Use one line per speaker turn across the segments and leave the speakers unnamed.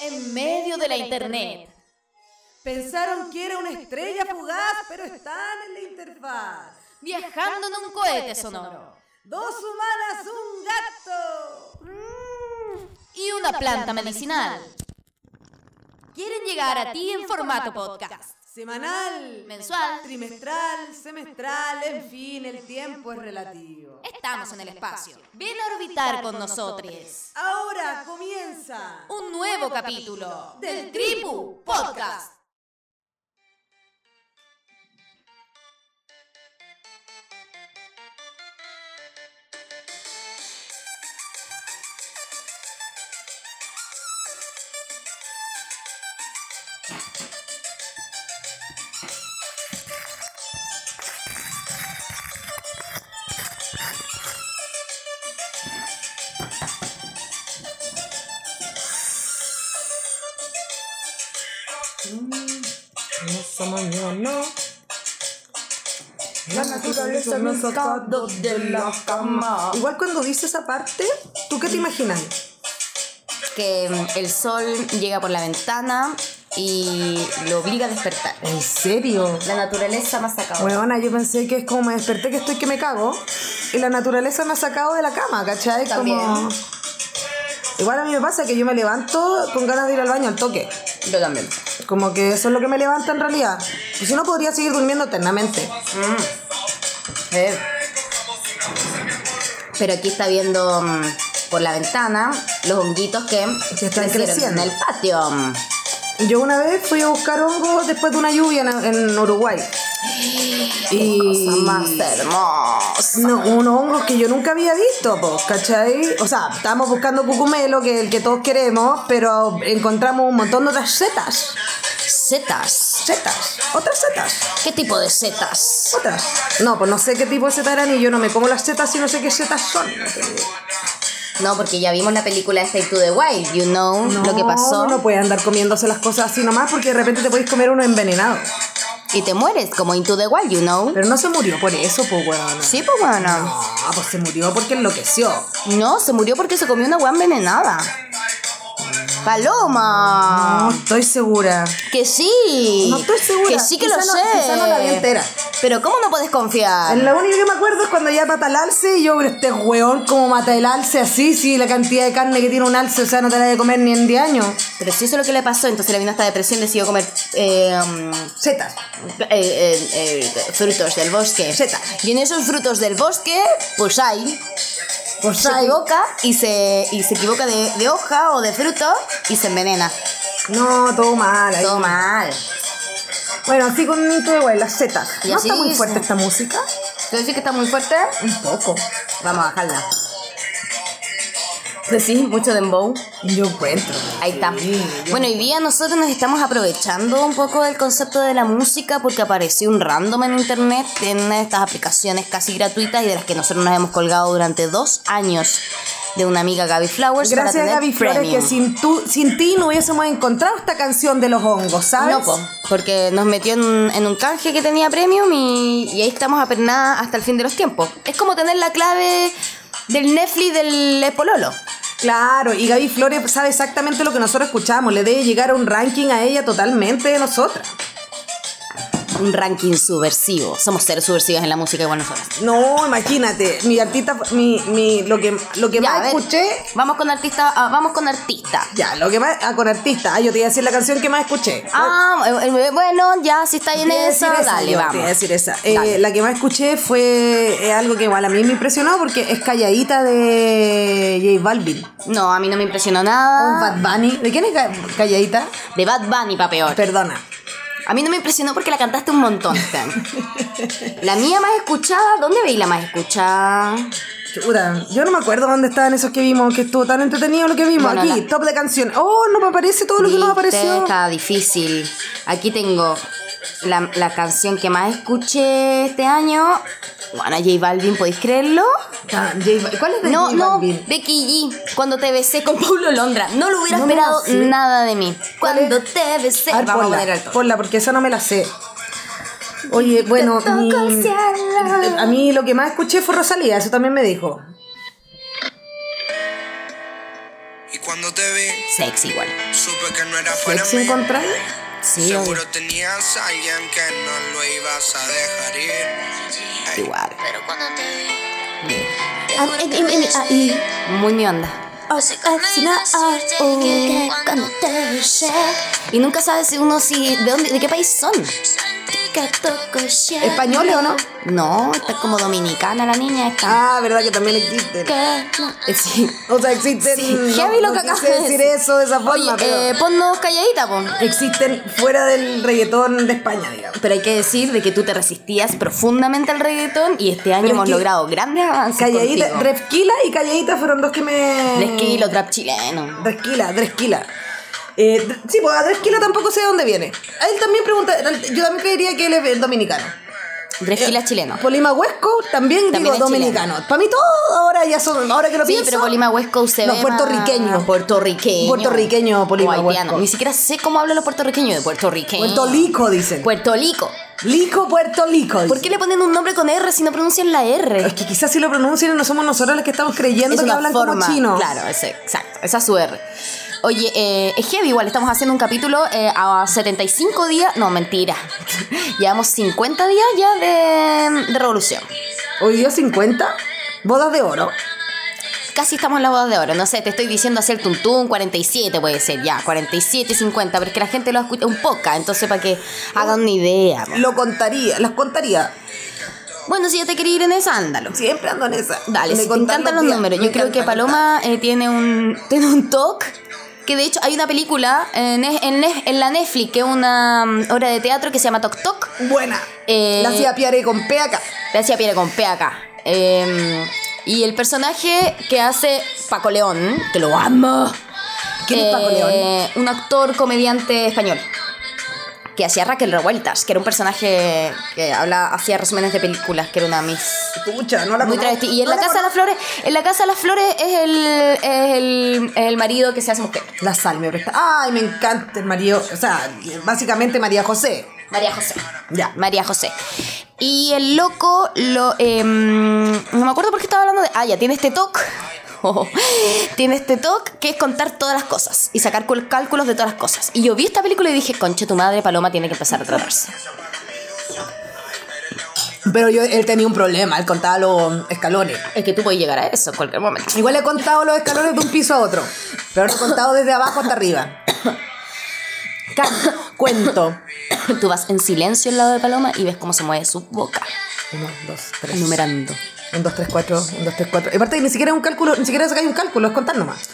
En medio de la internet.
Pensaron que era una estrella fugaz, pero están en la interfaz.
Viajando en un cohete sonoro.
Dos humanas, un gato.
Y una planta medicinal. Quieren llegar a ti en formato podcast.
Semanal,
Mensual.
trimestral, semestral, en fin, el tiempo es relativo.
Estamos en el espacio. Ven a orbitar con nosotros.
Ahora comienza.
Un nuevo capítulo del Tripu Podcast.
Esta mañana la naturaleza me ha sacado de la cama.
Igual cuando dice esa parte, ¿tú qué te imaginas?
que mm, el sol llega por la ventana y lo obliga a despertar.
¿En serio?
La naturaleza más sacado.
Weona, yo pensé que es como me desperté que estoy que me cago y la naturaleza me ha sacado de la cama, ¿cachai? Como...
También.
Igual a mí me pasa que yo me levanto con ganas de ir al baño al toque.
Yo también.
Como que eso es lo que me levanta en realidad. Pues si no, podría seguir durmiendo eternamente.
Eh. Pero aquí está viendo mm, por la ventana los honguitos que
Que están
crecieron
creciendo.
en el patio.
Yo una vez fui a buscar hongos después de una lluvia en, en Uruguay. Y...
Cosa más hermosa.
No, unos hongos que yo nunca había visto, po, ¿cachai? O sea, estábamos buscando cucumelo, que es el que todos queremos, pero encontramos un montón de otras setas.
Setas.
Setas, otras setas,
¿Qué tipo de setas?
otras. No, pues no sé qué tipo de setas eran y yo no me como las setas y no sé qué setas son.
No, porque ya vimos la película esta y tú de Wild, you know, lo que pasó.
No puedes andar comiéndose las cosas así nomás porque de repente te podéis comer uno envenenado.
Y te mueres, como Into the Wild, you know.
Pero no se murió por eso, pues, weón.
Sí, pues bueno.
Ah, pues se murió porque enloqueció.
No, se murió porque se comió una hueá envenenada.
No,
Paloma.
estoy segura.
Que sí.
No estoy segura.
Ah. Que sí que lo
Quizá no-
sé.
quizá no la vi entera.
Pero ¿cómo no puedes confiar?
Lo único que me acuerdo es cuando ya mata al alce y yo, pero este weón, como mata el alce así? Sí, la cantidad de carne que tiene un alce, o sea, no te la de comer ni en 10 años.
Pero si eso es lo que le pasó, entonces le vino esta depresión, decidió comer eh, um,
Setas.
eh, eh, eh, frutos del bosque.
Seta.
Y en esos frutos del bosque, pues hay.
Pues
Se
ahí.
equivoca y se, y se equivoca de, de hoja o de fruto y se envenena.
No, todo mal. ahí.
Todo mal.
Bueno, así con todo igual, las setas.
Y
¿No
así
está muy
se-
fuerte esta música?
¿Tú decís que está muy fuerte?
Un poco.
Vamos a bajarla. Decís mucho dembow.
Yo encuentro.
Ahí está. Bueno, hoy día nosotros nos estamos aprovechando un poco del concepto de la música porque apareció un random en internet en una de estas aplicaciones casi gratuitas y de las que nosotros nos hemos colgado durante dos años de una amiga Gaby Flowers. Pues para
Gracias,
tener
Gaby Flores, que
premium.
sin, tú, sin ti no hubiésemos encontrado esta canción de los hongos, ¿sabes?
No, po, porque nos metió en un, en un canje que tenía premium y, y ahí estamos apernadas hasta el fin de los tiempos. Es como tener la clave del Netflix del Pololo.
Claro, y Gaby Flores sabe exactamente lo que nosotros escuchamos. Le debe llegar un ranking a ella totalmente de nosotras.
Un ranking subversivo. Somos seres subversivos en la música igual nosotros.
No, imagínate, mi artista, mi, mi, lo que, lo que
Ya, a
más
ver,
escuché,
Vamos con artista. ah, vamos con artista.
ya, lo que más, ah, con artista, ah, yo te iba a decir la canción que más escuché.
Ah, eh, eh, bueno, ya, si está ahí en
Te iba a decir
esa,
esa,
dale,
yo,
vamos.
Te iba a decir esa. Eh,
Dale.
la que más escuché fue eh, algo que igual a mí me impresionó porque es Calladita de J Balvin.
No, a mí no me impresionó
O
nada.
Bad Bunny. ¿De quién es Ca- Calladita?
De Bad Bunny, pa' peor.
Perdona.
A mí no me impresionó porque la cantaste un montón, Stan. La mía más escuchada, ¿dónde veí la más escuchada?
Chuta, yo no me acuerdo dónde estaban esos que vimos, que estuvo tan entretenido lo que vimos.
Bueno,
Aquí,
la-
top de canciones. Oh, no me aparece todo lo que nos
Viste,
apareció.
Estaba difícil. Aquí tengo la, la canción que más escuché este año. Bueno, J Balvin, ¿podéis creerlo?
Ah, J Bal- ¿Cuál es de
No,
J
no,
Balvin?
Becky G, cuando te besé con Paulo Londra. No lo hubiera
No me la
esperado
sé.
nada de mí.
¿Cuál
Cuando te besé.
A ver,
Vamos a
ponla,
poner alto.
ponla, porque esa no me la sé. Oye, bueno,
toco
mi-
el cielo.
a mí lo que más escuché fue Rosalía, eso también me dijo.
Y cuando te vi,
Sexy igual.
supe que no era para
¿Sexy
mí.
encontrar? Sí, obvio.
Seguro tenías a alguien que no lo ibas a dejar ir.
igual.
Pero cuando te vi,
Bien.
Ah,
te
eh,
juro que me desvié.
Muy mi onda.
Me da suerte que cuando te besé,
Y nunca sabe si uno si de dónde, de qué país son.
sentí que tu coche
¿Españoles o no?
No, está como dominicana la niña esta.
Ah, verdad que también existen.
que no-
Eh, Sí.
O sea, existen.
Sí,
no-
heavy lo
no
que
quise
acabas de
decir
decir.
eso de esa
Oye,
forma, pero
eh, ponnos calladita, po.
existen fuera del reggaetón de España, digamos.
Pero hay que decir de que tú te resistías profundamente al reggaetón y este año
Pero es
hemos
que-
logrado grandes avances.
Calladita,
contigo.
Drefquila y Calladita fueron dos que me.
Resquilo, trap chileno.
Dresquila, Dresquila. Eh, Dr- sí, pues a Dresquila tampoco sé de dónde viene. A él también pregunta, yo también creería que él es dominicano.
Resquila chileno.
Polima Huesco también,
También es
digo
chileno.
dominicano. Para mí todos ahora ya son, ahora que lo
Sí,
pienso.
pero Polima Huesco se
No,
ve
puertorriqueño.
más Puertorriqueño.
Puertorriqueño, Polima
O haitiano.
Huesco.
Ni siquiera sé cómo hablan los puertorriqueños de puertorriqueño.
Puerto Lico dicen.
Puerto Lico.
Lico, Puerto Lico.
¿Por qué le ponen un nombre con R si no pronuncian la R?
Es que quizás si lo pronuncian no somos nosotros los que estamos creyendo
es
que
una
hablan
forma.
como chino.
Claro, ese- exacto. Esa es su R. Oye, eh, es heavy igual. Estamos haciendo un capítulo eh, a 75 días. No, mentira. Llevamos 50 días ya de, de revolución.
Hoy dio 50 bodas de oro.
Casi estamos en la boda de oro. No sé, te estoy diciendo hacer tuntún 47 puede ser ya. 47, 50. Porque la gente lo escucha un poco. Entonces, para que hagan una idea. po.
Lo contaría, las contaría.
Bueno, si ya te quería ir en el sándalo.
Siempre ando en esa.
Dale,
Me
si te encantan los
días,
números.
me
Yo creo
encanta,
que
me encanta.
Paloma eh, tiene un tiene un talk. Que de hecho hay una película eh, en, en, Nef- en la Netflix, que es una mm, obra de teatro que se llama Tok Tok.
Buena.
Eh,
la hacía Piare con P acá.
La hacía Piera con P acá. Eh, y el personaje que hace Paco León, que lo amo. Eh,
¿Quién es Paco León?
Un actor comediante español. Que hacía Raquel Revueltas, que era un personaje que habla, hacía resúmenes de películas, que era una Miss
Pucha, no la
muy
conozco.
travesti. Y en
No
la Casa de las
conozco.
Flores, en la Casa de las Flores es el, es el, es el marido que se hace mujer.
La sal me presta. Ay, me encanta el marido. O sea, básicamente María José.
María José.
Ya.
María José. Y el loco lo. em, no me acuerdo por qué estaba hablando de. Ah, ya, tiene este toque. Oh. tiene este toque que es contar todas las cosas y sacar cul- cálculos de todas las cosas. Y yo vi esta película y dije, conche, tu madre Paloma tiene que empezar a tratarse.
Pero yo, él tenía un problema, él contaba los escalones.
Es que tú puedes llegar a eso en cualquier momento.
Igual he contado los escalones de un piso a otro, pero lo he contado desde abajo hasta arriba. Ca- Cuento.
Tú vas en silencio al lado de Paloma y ves cómo se mueve su boca,
Uno, dos, tres.
enumerando.
Un, dos, tres, cuatro. Un, dos, tres, cuatro. Y aparte que ni siquiera es un cálculo, ni siquiera sacáis un cálculo, es contar nomás.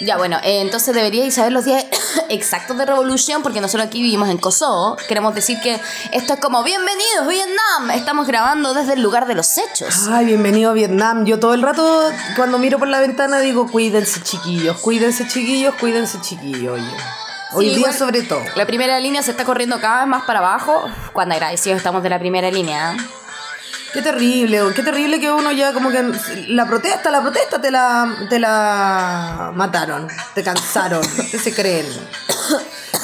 Ya, bueno, eh, entonces deberíais saber los días exactos de revolución, porque nosotros aquí vivimos en Kosovo. Queremos decir que esto es como bienvenidos, Vietnam. Estamos grabando desde el lugar de los hechos.
Ay, bienvenido a Vietnam. Yo todo el rato, cuando miro por la ventana, digo, cuídense chiquillos, cuídense chiquillos, cuídense chiquillos. Oye. Hoy
Sí,
día
igual,
sobre todo.
La primera línea se está corriendo cada vez más para abajo. Cuando agradecidos estamos de la primera línea. ¿eh?
Qué terrible, oh, qué terrible que uno ya como que la protesta, la protesta te la, te la mataron, te cansaron, ¿qué se creen?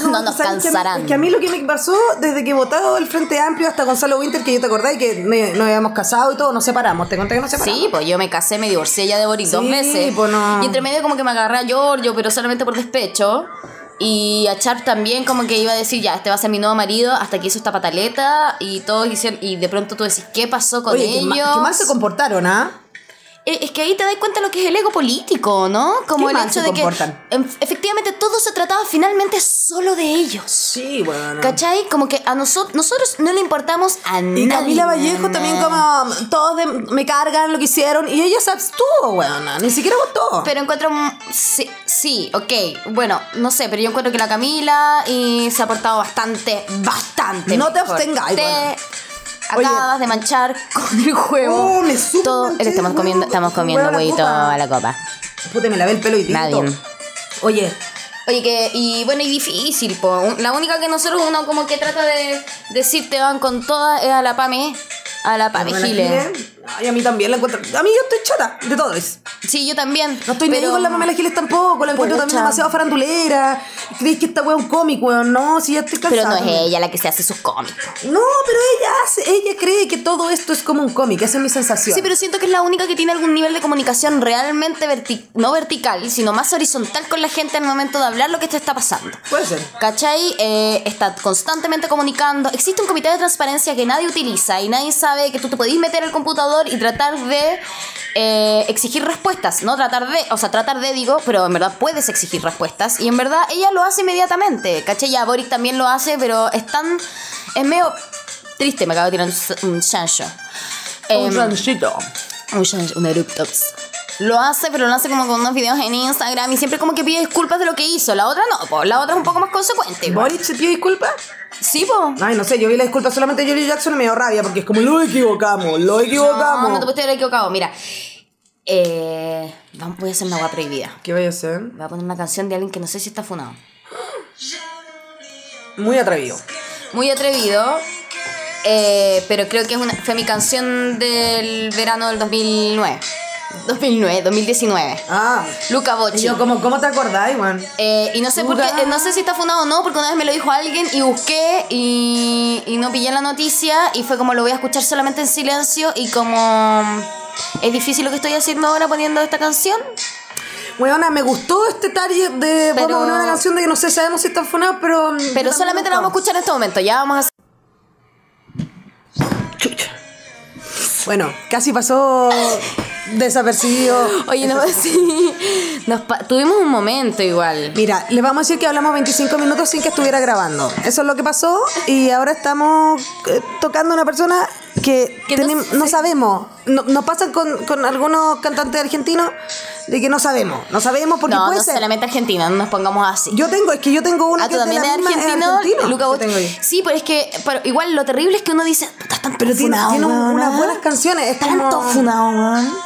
No nos
¿Saben que a mí-
cansarán.
es Que a mí lo que me pasó desde que he votado el Frente Amplio hasta Gonzalo Winter, que yo te acordás que me- nos habíamos casado y todo, nos separamos, te conté que nos separamos.
Sí, pues yo me casé, me divorcié ya de Boris dos
Sí,
veces.
pues no.
Y entre medio como que me agarré a Giorgio, pero solamente por despecho. Y a Charp también como que iba a decir, ya, este va a ser mi nuevo marido, hasta que hizo esta pataleta y todos hicieron, y de pronto tú decís, ¿qué pasó con
Oye, que,
ellos?
ma- que mal se comportaron, ¿ah?
Eh, Es que ahí te das cuenta lo que es el ego político, ¿no? Como
Qué
el
mal
hecho
se
de que
comportan.
em- efectivamente todo se trataba finalmente solo de ellos.
Sí, bueno.
¿Cachai? Como que a nosotros nosotros no le importamos a nadie.
Y Camila Vallejo también como todos de- me cargan lo que hicieron y ella se abstuvo, weona, ni siquiera votó.
Pero encuentro. mm, Sí, sí, ok. Bueno, no sé, pero yo encuentro que la Camila y se ha portado bastante, bastante.
No te
mejor.
abstengáis,
Te
bueno.
acabas de manchar con el juego.
Oh, me super
Todo,
manché,
estamos
huevo,
comiendo, estamos comiendo
huevo a la
huevito
copa.
a la copa.
Puta, me lavé el pelo y tinto.
Nadie.
Oye,
Oye, que, y bueno, y difícil, po. Un- La única que nosotros uno como que trata de decir te van con todas es a la Pame, a la Pame
Pamela
Giles.
Giles. Ay, a mí también la encuentro. A mí yo estoy chata de todo eso.
Sí, yo también.
No estoy ni ahí con la Pamela Giles tampoco, la encuentro también
Pucha.
demasiado farandulera. ¿Crees que esta weá es un cómic, weón? No, si ya estoy
Pero
cansada.
no es
también.
ella la que se hace sus cómics.
No, pero ella hace, ella cree que todo esto es como un cómic, esa es mi sensación.
Sí, pero siento que es la única que tiene algún nivel de comunicación realmente verti- no vertical, sino más horizontal con la gente al momento de hablar lo que te está pasando.
Puede ser.
¿Cachai? Eh, está constantemente comunicando. Existe un comité de transparencia que nadie utiliza y nadie sabe que tú te podés meter al computador y tratar de eh, exigir respuestas, ¿no? Tratar de, o sea, tratar de, digo, pero en verdad puedes exigir respuestas y en verdad ella lo hace inmediatamente, ¿cachai? Ya Boric también lo hace, pero es tan. Es medio triste, me acabo de tirar un, s- un chancho. Em,
Un rancito.
un chancho, un eructox. Lo hace, pero lo hace como con unos videos en Instagram y siempre como que pide disculpas de lo que hizo. La otra no, po. la otra es un poco más consecuente. igual.
¿Boric se pidió disculpas?
Sí, po.
Ay, no sé, yo vi la disculpa solamente de Jory Jackson y me dio rabia porque es como lo equivocamos, lo equivocamos.
No, no te puedes haber equivocado. Mira, eh, vamos, voy a hacer una agua prohibida.
¿Qué vaya a ser?
Voy a poner una canción de alguien que no sé si está funado.
Muy atrevido.
Muy atrevido, eh, pero creo que es una, fue mi canción del verano del 2009. 2009, 2019.
Ah.
Luca Bocci.
Y yo como, ¿cómo te acordás, weón?
Eh, y no sé por qué,
Luca.
eh, no sé si está funado o no, porque una vez me lo dijo alguien y busqué y, y no pillé la noticia y fue como lo voy a escuchar solamente en silencio y como mm, es difícil lo que estoy haciendo ahora poniendo esta canción.
Weona, me gustó este target de
Pero-
vamos a poner una canción de que no sé, sabemos si está fonado, pero.
Pero solamente la vamos a escuchar en este momento, ya vamos a hacer...
Bueno, casi pasó desapercibido.
Oye, no, sí. Nos pa- tuvimos un momento igual.
Mira, les vamos a decir que hablamos 25 minutos sin que estuviera grabando. Eso es lo que pasó y ahora estamos eh, tocando a una persona que,
Que no
tenem- no, sabemos. No- nos pasa con, con algunos cantantes argentinos de que no sabemos. No sabemos porque
No,
puede
no
ser.
solamente argentina, no nos pongamos así.
Yo tengo, es que yo tengo uno
Ah,
que
tú
es de
también
la
eres
misma, es
argentino,
argentino.
Luca
Yo
Bocci.
tengo yo.
Sí, pero es que pero igual lo terrible es que uno dice, puta, están ¿ah?
Pero tiene,
funado,
tiene un- unas
weona.
buenas canciones. Es como-
Tanto funado, weón.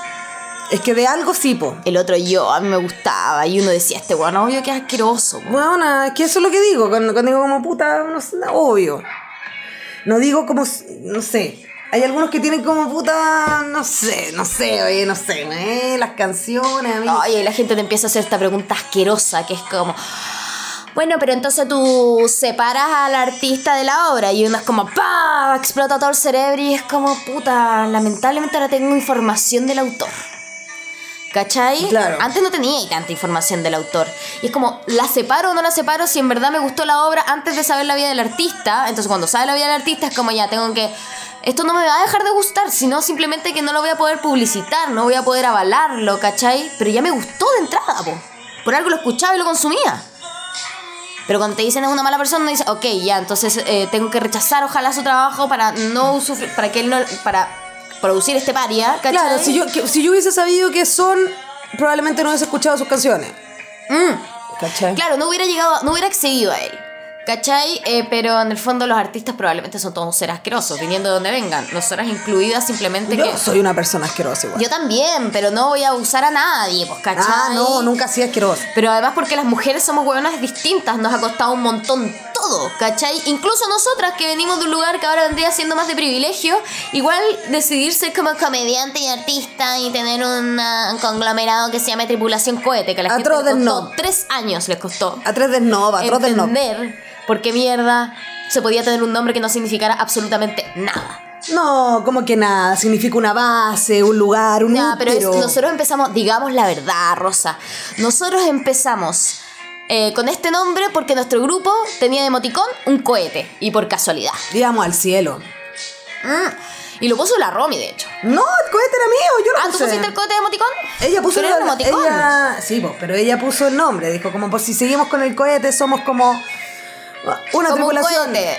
Es que de algo sí, po.
El otro yo, a mí me gustaba. Y uno decía, este weón, obvio que es asqueroso. weón".
Bueno, es que eso es lo que digo. Cuando, cuando digo como puta, no, sé, no, obvio. No digo como, s- no sé. Hay algunos que tienen como puta, no sé, no sé, oye, no sé, eh, las canciones, a mí.
Ay, y la gente te empieza a hacer esta pregunta asquerosa que es como. Bueno, pero entonces tú separas al artista de la obra y uno es como pa explota todo el cerebro y es como puta, lamentablemente ahora tengo información del autor. ¿Cachai?
Claro.
Antes no tenía tanta información del autor. Y es como, ¿la separo o no la separo si en verdad me gustó la obra antes de saber la vida del artista? Entonces cuando sabe la vida del artista es como ya, tengo que... Esto no me va a dejar de gustar, sino simplemente que no lo voy a poder publicitar, no voy a poder avalarlo, ¿cachai? Pero ya me gustó de entrada, po. Por algo lo escuchaba y lo consumía. Pero cuando te dicen es una mala persona, dices, ok, ya, entonces eh, tengo que rechazar ojalá su trabajo para no sufrir, para que él no, para producir este paria, ¿cachai?
claro, si yo, que- si yo hubiese sabido que son, probablemente no hubiese escuchado sus canciones. Mm. ¿Cachai?
Claro, no hubiera llegado, no hubiera accedido a él. ¿Cachai? Eh, pero en el fondo los artistas probablemente son todos seres asquerosos, viniendo de donde vengan. Nosotras incluidas simplemente
Yo
que...
soy una persona asquerosa igual.
Yo también, pero no voy a abusar a nadie, pues, ¿cachai?
ah, no, nunca sí asquerosa.
Pero además porque las mujeres somos hueonas distintas, nos ha costado un montón todo, ¿cachai? Incluso nosotras que venimos de un lugar que ahora vendría siendo más de privilegio, igual decidirse como comediante y artista y tener una- un conglomerado que se llame Tripulación Cohete, que a la gente
Atroz
le
del
costó
no.
tres años, les costó
A tres desnova, a tres desnova.
entender por qué mierda se podía tener un nombre que no significara absolutamente nada.
No, como que nada, significa una base, un lugar, un
Ya, pero es-
útero.
nosotros empezamos, digamos la verdad, Rosa. Nosotros empezamos eh, con este nombre porque nuestro grupo tenía de emoticón un cohete y por casualidad.
Digamos al cielo.
Mm. Y lo puso la Romy, de hecho.
No, el cohete era mío, yo no
Ah, ¿tú
puse.
pusiste el cohete de emoticón?
Ella puso
Pero era un
la-
emoticón.
ella- sí, po, pero ella puso el nombre, dijo como por si seguimos con el cohete somos como una
como un
tripulación.
cohete.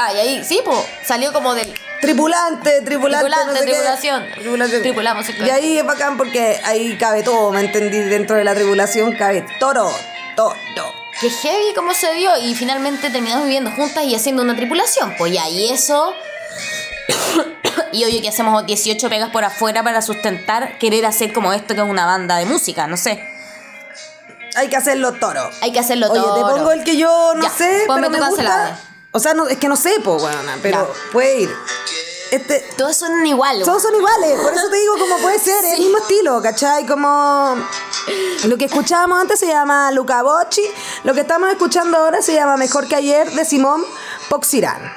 Ah, y ahí, sí, pues, salió como del...
Tripulante, tripulante,
Tripulante,
no sé qué.
tripulación.
Tripulante.
Tripulamos el
Y
cohete.
ahí es bacán porque ahí cabe todo, ¿me entendí? Dentro de la tripulación cabe toro, todo.
Que heavy como se dio y finalmente terminamos viviendo juntas y haciendo una tripulación. Pues ya, y eso... y oye que hacemos 18 pegas por afuera para sustentar querer hacer como esto que es una banda de música, no sé.
Hay que hacerlo toro.
Hay que hacerlo
Oye,
todo.
te pongo el que yo no
Ya,
sé,
ponme
pero
tu
me gusta.
cancelada.
O sea, no, es que no sé, pues, bueno, pero
Ya.
puede ir. este,
Todos son iguales.
todos son iguales, por eso te digo como puede ser, el mismo estilo, ¿cachai? Como lo que escuchábamos antes se llama Luca Bocci, lo que estamos escuchando ahora se llama Mejor que ayer de Simón Poxirán.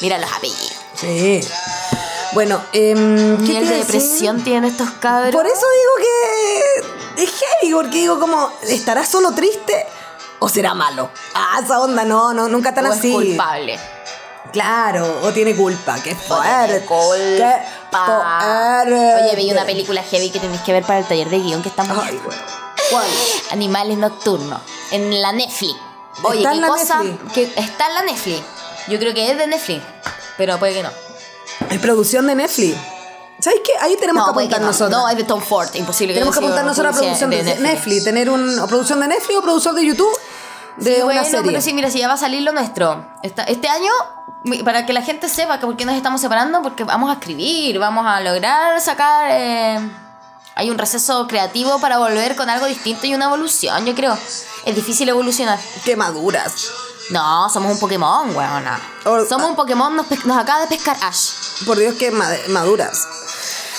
Mira los apellidos.
Sí. Bueno, em, ¿qué
Nivel
te
de
iba a decir?
depresión tienen estos cabros.
Por eso digo que es heavy, porque digo como, ¿estará solo triste o será malo? Ah, esa onda, no, no, nunca tan
O es
así.
culpable.
Claro, o tiene culpa, qué
Poder,
fuerte. Qué
culpa.
fuerte.
Oye, vi una película heavy que tenéis que ver para el taller de guión que estamos.
Ay, güey. ¿Cuál?
Animales nocturnos. En la Netflix. Oye,
¿Está
qué
en la
cosa.
Netflix?
Que está en la Netflix. Yo creo que es de Netflix. Pero puede que no.
Es producción de Netflix. ¿Sabes qué? Ahí tenemos que
puede
apuntar
no.
nosotros.
No, es de Tom Ford. Imposible
tenemos que
haya sido
apuntar nosotros a
publicidad
producción de, Netflix. Tener un, o producción de Netflix o productor de YouTube de
Sí,
una
bueno,
serie.
pero sí, mira, si ya va a salir lo nuestro. Esta- este año, mi- para que la gente sepa que por qué nos estamos separando, porque vamos a escribir, vamos a lograr sacar... eh, hay un receso creativo para volver con algo distinto y una evolución, yo creo. Es difícil evolucionar.
Quemaduras.
No, somos un Pokémon, weona.
Or-
Somos un Pokémon, nos, pe- nos acaba de pescar Ash.
Por Dios, que mad- maduras.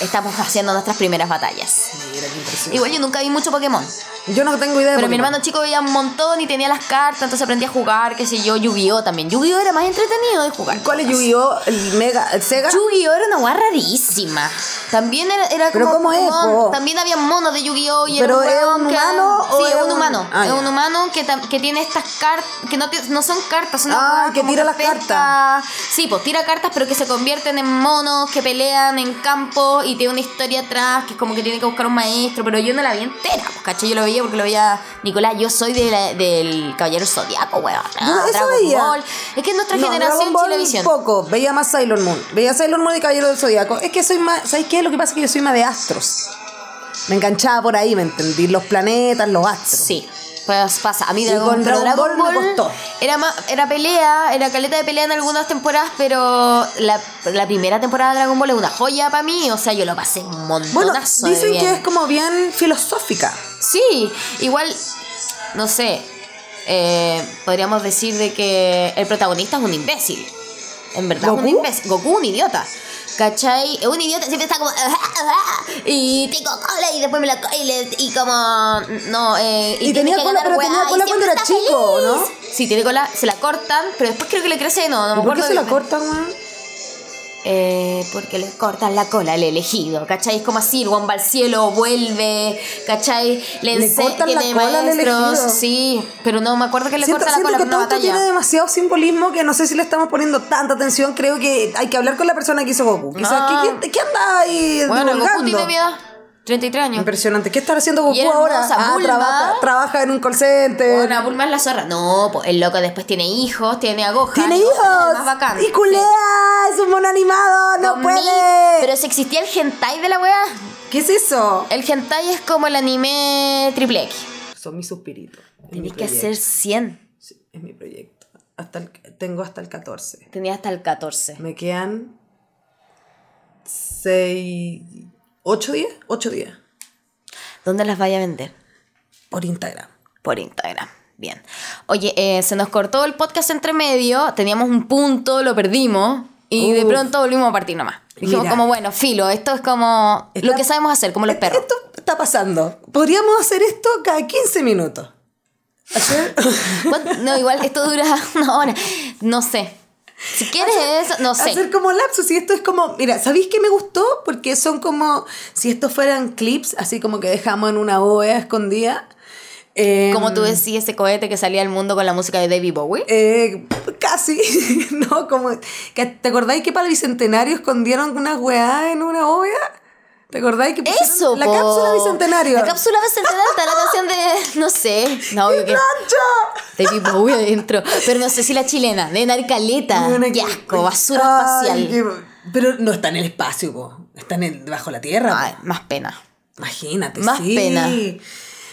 Estamos haciendo nuestras primeras batallas.
Mira qué impresión.
Igual yo nunca vi mucho Pokémon.
Yo no tengo idea de
Pero mi
Eh, Pokémon.
hermano chico veía un montón y tenía las cartas, entonces aprendí a jugar, qué sé yo, Yu-Gi-Oh también. Yu-Gi-Oh era más entretenido de jugar.
¿Cuál es Yu-Gi-Oh? ¿El Mega? ¿El Sega?
Yu-Gi-Oh era una weá rarísima. También era, era
Pero
como.
¿cómo es,
como-
po?
También había monos de Yu-Gi-Oh y
¿Pero
era
es
weón
un
que-
humano o
Sí, es
era
un
un-
humano.
Ah,
es
ya.
un humano que, tam- que tiene estas cartas. Que no, ti- no son cartas, son
Ah,
weas
que
como
tira las
pesca.
cartas.
Sí, pues tira cartas, pero que se convierten en monos, que pelean en campo y tiene una historia atrás que es como que tiene que buscar un maestro. Pero yo no la vi entera, pues, caché. Yo lo veía porque lo veía. Nicolás, yo soy de la- del Caballero Zodiaco, weón.
Yo eso
Dragon
veía.
Ball. Es que es nuestra
No,
generación
Dragon Ball
televisión.
poco. Veía más Sailor Moon. Veía Sailor Moon y Caballero del Zodiaco. Es que soy más... ¿Sabes qué? Lo que pasa es que yo soy más de astros. Me enganchaba por ahí, ¿me entendí? Los planetas, los astros.
Sí. Pues pasa, a mí Dragon,
con
pero
Dragon
Dragon
Ball me
Ball
costó.
Era, ma- era pelea, era caleta de pelea en algunas temporadas, pero la, la primera temporada de Dragon Ball es una joya para mí. O sea, yo lo pasé un montonazo.
Bueno,
de
dicen
bien.
que es como bien filosófica.
Sí, igual, no sé, eh, podríamos decir de que el protagonista es un imbécil. En verdad, es un
¿Goku?
imbécil. Goku, un idiota. ¿Cachai? Es un idiota, siempre está como... "Ajá, ajá", Y tengo cola y después me la... co- Y, le- y como... No, eh,
Y
tiene
tenía
que
cola,
ganar
pero
weá,
tenía
y
cola
siempre
cuando era
está
chico, ¿no?
Sí, tiene cola, se la cortan, pero después creo que le crece... No, no me
¿Y por qué
acuerdo.
se la
bien.
cortan, weón?
Eh, porque le cortan la cola al elegido, ¿cachai? Es como así, el weón va al cielo, vuelve, ¿cachai? Le,
Le
ense-
cortan la
tiene
cola al elegido.
sí, pero no me acuerdo que le
Siento,
cortan la
siento
cola
que
en una
todo esto
batalla.
tiene demasiado simbolismo que no sé si le estamos poniendo tanta atención. Creo que hay que hablar con la persona que hizo Goku. Quizás,
No.
¿qué- ¿qué, qué anda ahí
Bueno, Goku
divulgando?
tiene mi edad, 33 años.
Impresionante. ¿Qué está haciendo Goku
Y era
ahora?
hermosa,
Ah,
Bulma.
trabaja, trabaja en un call center.
Bueno, Bulma es la zorra. No, pues el loco después tiene hijos, tiene a Gohan.
Tiene
Gohan es el
hijos.
Más bacán.
Y culea. Es un mono animado. No
Con
puede.
mi- Pero si existía el hentai de la weá,
¿Qué es eso?
el hentai es como el anime triple X.
Son mis suspiritos. Es mi
Tenías que
proyecto.
hacer 100.
Sí, es mi proyecto. Hasta el- tengo hasta el 14.
Tenía hasta el 14.
Me quedan 6, 8 días, 8 días
¿Dónde las vaya a vender?
por Instagram.
por Instagram. Bien. Oye, eh, se nos cortó el podcast entre medio, teníamos un punto, lo perdimos y de
Uf.
pronto volvimos a partir nomás. Dijimos
Mira.
como, bueno, filo, esto es como
Está-
lo que sabemos hacer, como los
Este-
perros.
Esto está pasando. Podríamos hacer esto cada 15 minutos. Hacer-
What? No, igual esto dura una hora. No sé. Si quieres eso, no sé.
Hacer como lapsus y esto es como, mira, ¿sabéis qué me gustó? Porque son como, si estos fueran clips, así como que dejamos en una OEA escondida. eh,
Como tú decías, ese cohete que salía al mundo con la música de David Bowie.
eh, casi, ¿no? Como, que- ¿Te acordáis que para el Bicentenario escondieron una weá en una OEA? ¿Te acordáis que pusieron
Eso,
la
po.
cápsula Bicentenario?
La cápsula bicentenario está la canción de. No sé. No, obvio que.
¡Plancha!
David Bowie adentro. Pero no sé si la chilena, de Narcaleta.
Una-
Qué asco, basura
Ay,
espacial.
qué- Pero no está en el espacio, po. está en el, bajo la tierra.
Ay,
po.
más pena.
Imagínate,
más
sí.
pena.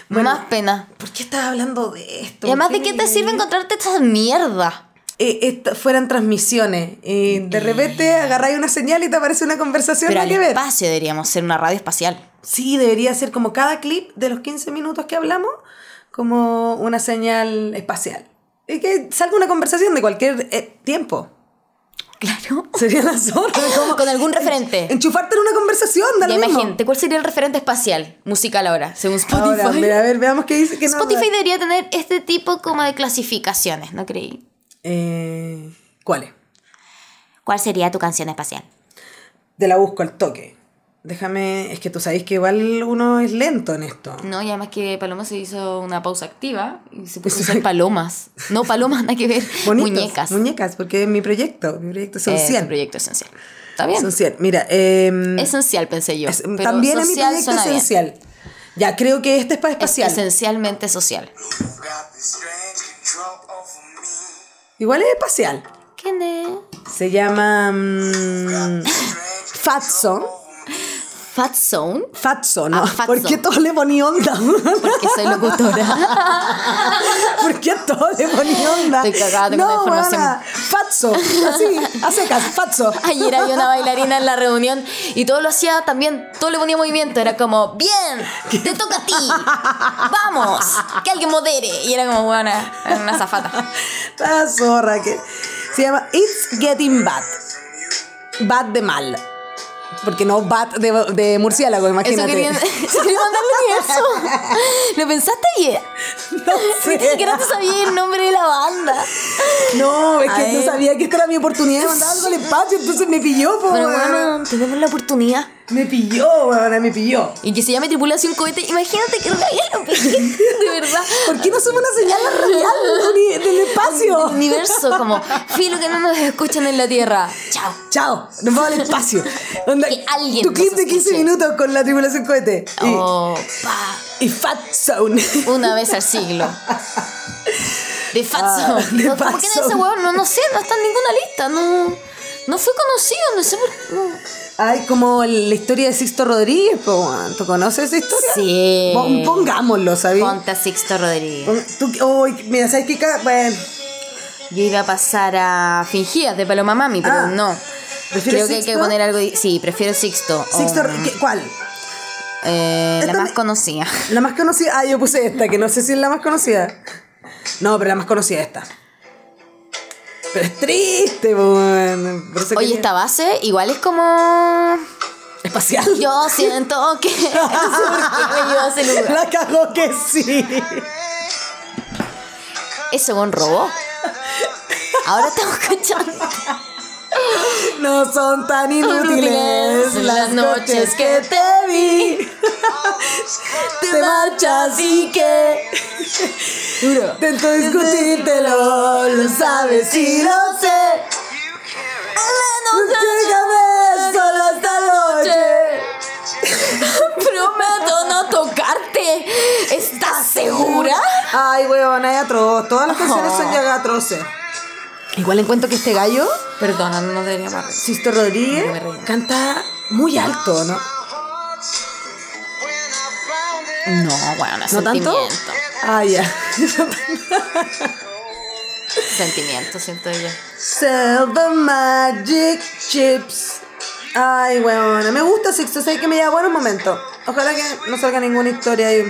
Bueno,
más pena.
¿Por qué estás hablando de esto?
Y además, ¿de
¿Por
qué te sirve encontrarte esta mierda?
Eh, esta- fueran transmisiones. Y de repente agarráis una señal y te aparece una conversación
Pero al
nada que ver.
espacio deberíamos ser una radio espacial.
Sí, debería ser como cada clip de los 15 minutos que hablamos, como una señal espacial. Y que salga una conversación de cualquier eh, tiempo.
Claro.
Sería la zorra. como
Con algún referente.
Enchufarte en una conversación,
Ya
dale mismo.
imagínate, ¿cuál sería el referente espacial musical ahora, según Spotify?
Ahora, mira, a ver, veamos qué dice. Que no,
Spotify debería tener este tipo como de clasificaciones, ¿no creí?
Eh, ¿Cuál es?
¿Cuál sería tu canción espacial?
Te la busco al toque. Déjame, es que tú sabes que igual uno es lento en esto.
No, y además que Paloma se hizo una pausa activa y se puso a usar palomas. No, palomas, nada que ver.
Bonitos,
Muñecas.
Muñecas, porque es mi proyecto. Mi proyecto son
Eh, es
100.
un proyecto esencial. Está bien.
Son 100. Mira, em,
Esencial, pensé yo.
es-
pero
también es mi
social
proyecto
suena bien.
esencial. Ya, creo que este es para
Es
espacial.
esencialmente social.
Igual es espacial.
¿Quién es?
Se llama mm, Fatso.
Fat Zone.
Fatso, ¿no?
Ah, Fatso.
¿Por qué todo le ponía onda?
Porque soy locutora.
¿Por qué todo le ponía onda?
Estoy cagada con
no,
la información.
weona, Fatso. Así, a secas, Fatso.
Ayer había una bailarina en la reunión y todo lo hacía también, todo le ponía movimiento. Era como, bien, te toca a ti. Vamos, que alguien modere. Y era como, bueno, era una zafata.
La zorra que. Se llama It's Getting Bad. Bad de mal. Porque no bad de, de murciélago,
Eso
imagínate.
quería, eso quería mandar al universo. ¿Lo pensaste bien?
No sé.
Ni siquiera te sabía el nombre de la banda.
No, es que
Ay.
yo sabía que esta era mi oportunidad de mandar algo al espacio, entonces me pilló, po,
Pero
weona.
bueno, tenemos la oportunidad.
Me pilló, weona, me pilló.
Y que se llame tripulación cohete. Imagínate que raya, de verdad.
¿Por qué no somos una señal radial del, del
El
espacio?
universo, como, filo que no nos escuchan en la Tierra. Chao.
Chao, nos vamos al espacio. Onda,
Que alguien
tu
nos
clip de 15
escuche.
minutos con la tripulación cohete. Y,
Oh, pa.
y Fat Zone.
Una vez al siglo. De Fatso.
Ah, de
No, ¿Por qué no
Fatso.
ese huevón? No, no sé, no está en ninguna lista. No, no fue conocido, no sé por no.
Ay, como la historia de Sixto Rodríguez, po, weón. ¿tú conoces esa historia?
Sí.
Pon- pongámoslo, ¿sabes?
Ponte a Sixto Rodríguez.
Tú, uy, mira, ¿sabes qué? Cada- Bueno,
Yo iba a pasar a Fingías de Paloma Mami, pero
Ah.
no.
¿Prefieres
Creo que hay que
Sixto?
poner algo. di- Sí, prefiero Sixto. o,
Sixto, ¿qué- ¿cuál?
eh, la
Esta
más
me-
conocida.
La más conocida. Ah, yo puse esta, que no sé si es la más conocida. No, pero la más conocida es esta. Pero es triste, po, weón. Por eso
Oye,
quería-
esta base igual es como.
Espacial.
Yo siento que. No sé por qué me llevó a ese lugar.
La cagó que sí.
Eso es un robo. Ahora estamos escuchando.
No son tan inútiles
Inútiles
las noches que te vi. Te marchas y que
Duro.
Intento discutírtelo, lo sabes y lo sé. Déjame solo esta noche.
Prometo no tocarte. ¿Estás segura?
Ay, weón, es atroz. Todas las canciones
Oh.
son ya atroces. Igual encuentro que este gallo,
Perdona, no debería más.
Sisto Rodríguez,
No me reía.
canta muy alto, ¿no?
No, bueno,
¿No
sentimiento.
tanto? Ah, ya.
Sentimiento, siento yo.
Sell the magic chips. Ay, weón, me gusta Sixto, sé que me lleva buenos momentos. Ojalá que no salga ninguna historia ahí.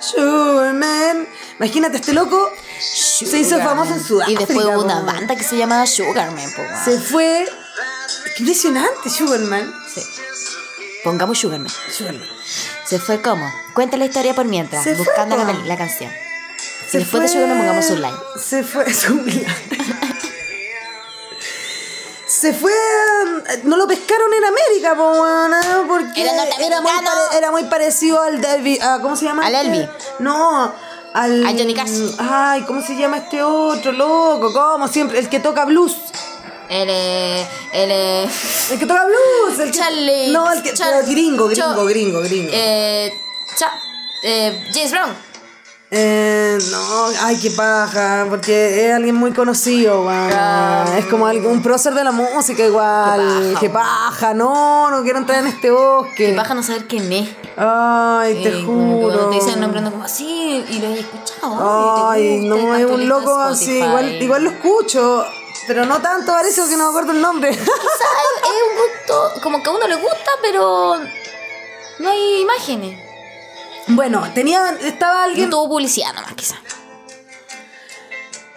Sure, man. Imagínate, este loco se hizo famoso en Sudáfrica.
Y después hubo una
weón.
banda que se llamaba Sugarman. po, weón.
Se fue. Qué impresionante, Sugarman.
Sí. Pongamos Sugarman.
Sugarman.
Se fue como. Cuenta la historia por mientras,
Se fue,
buscando la,
po.
peli- la canción. Y después de Sugarman pongamos Sublime.
Se fue Sublime. se fue. eh, No lo pescaron en América, po, weona, porque
Era
muy,
norteamericano.
pare- era muy parecido al Delvi. a- ¿Cómo se llama?
Al
este?
Elvi.
No. Al,
Al Johnny Cash.
Ay, ¿cómo se llama este otro loco? ¿Cómo? Siempre, el que toca blues.
El, eh, el, eh,
El que toca blues. El que-
Charlie.
No, el que.
Char-
pero gringo,
Cho-
gringo, gringo, gringo.
eh, cha, eh, James Brown.
Eh, no, ay, qué paja, porque es alguien muy conocido, weón. Es como algo- un prócer de la música igual.
Qué paja,
Qué paja, no, no quiero entrar en este bosque.
Que baja no saber quién es.
Ay, te
Eh, como que
juro.
Cuando te dicen el nombre, ando como así y lo he escuchado. ay,
Ay,
te gusta,
no,
está
es
en tu
un
lista de
loco así,
Spotify.
igual, igual lo escucho, pero no tanto, parece que no me acuerdo el nombre.
Quizá es es un gusto, como que a uno le gusta, pero no hay imágenes.
bueno, tenía, estaba
No
alguien
tuvo publicidad nomás, quizá.